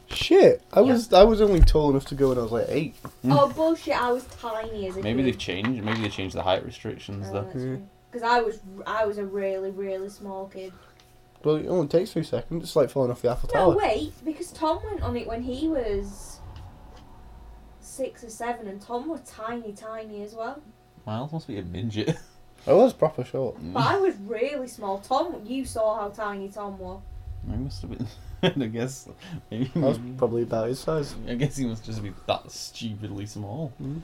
Shit, I
Yeah.
was I was only tall enough to go when I was like eight.
Mm.
Oh bullshit! I was tiny as a
Maybe they've
kid. Oh,
changed. Maybe they changed the height restrictions though.
Yeah.
Because I was I was a really really small kid.
Well, it only takes three seconds. It's like falling off the Eiffel
No
Tower.
wait, because Tom went on it when he was six or seven, and Tom was tiny tiny as well.
Miles must be a midget.
I was proper short.
Mm.
But I was really small. Tom, you saw how tiny Tom was.
I must have been. I guess. Maybe,
I was
maybe-
probably about his size.
I guess he must just be that stupidly small.
Hmm.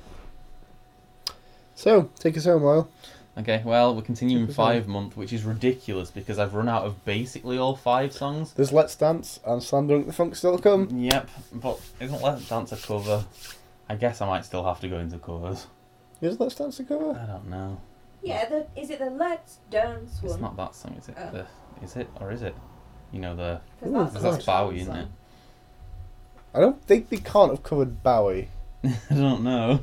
So, take us home, Lyle.
Okay, well, we're continuing
Typical.
five month, which is ridiculous because I've run out of basically all five songs.
There's Let's Dance and Slam Dunk the Funk still to come.
Yep, but isn't Let's Dance a cover? I guess I might still have to go into covers.
Is Let's Dance the cover?
I don't know.
Yeah, the, is it the Let's Dance
It's
one?
not that song, is it?
Oh.
The, is it or is it? You know the
'Cause
Ooh,
that's
Of
because
not
that's
a
Bowie,
song.
isn't it?
I don't think they can't have covered Bowie.
I don't know.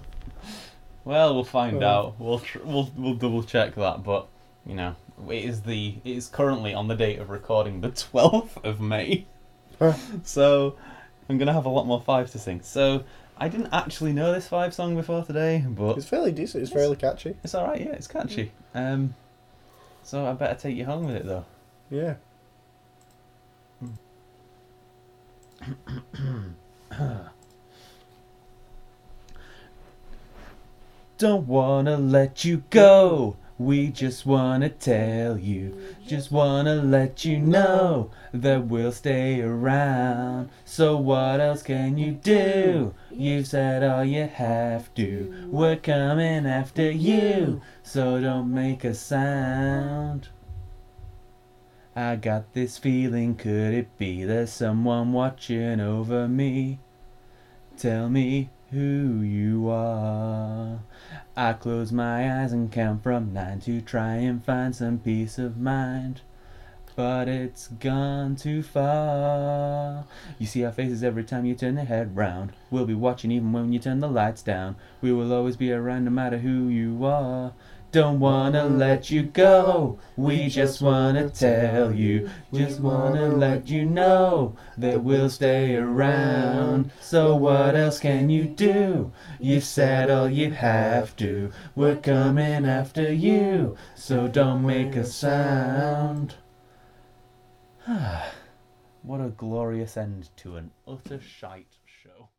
Well, we'll find
Oh.
out. We'll tr- we'll we'll double check that, but you know, it is the it is currently on the date of recording the 12th of May. Uh.
Huh.
so, I'm going to have a lot more fives to sing. So, I didn't actually know this five song before today, but
It's fairly decent. It's fairly catchy.
it's all right. Yeah, it's catchy. Um so I better take you home with it though.
Yeah.
Don't wanna let you go. We just wanna tell you. Just wanna let you know that we'll stay around. So what else can you do? You've said all you have to. We're coming after you. So don't make a sound. I got this feeling, could it be there's someone watching over me? Tell me who you are. I close my eyes and count from nine to try and find some peace of mind. But it's gone too far. You see our faces every time you turn your head round. We'll be watching even when you turn the lights down. We will always be around no matter who you are. Don't wanna let you go. We just wanna tell you. Just wanna let you know that we'll stay around. So what else can you do? You've said all you have to. We're coming after you. So don't make a sound. what a glorious end to an utter shite show.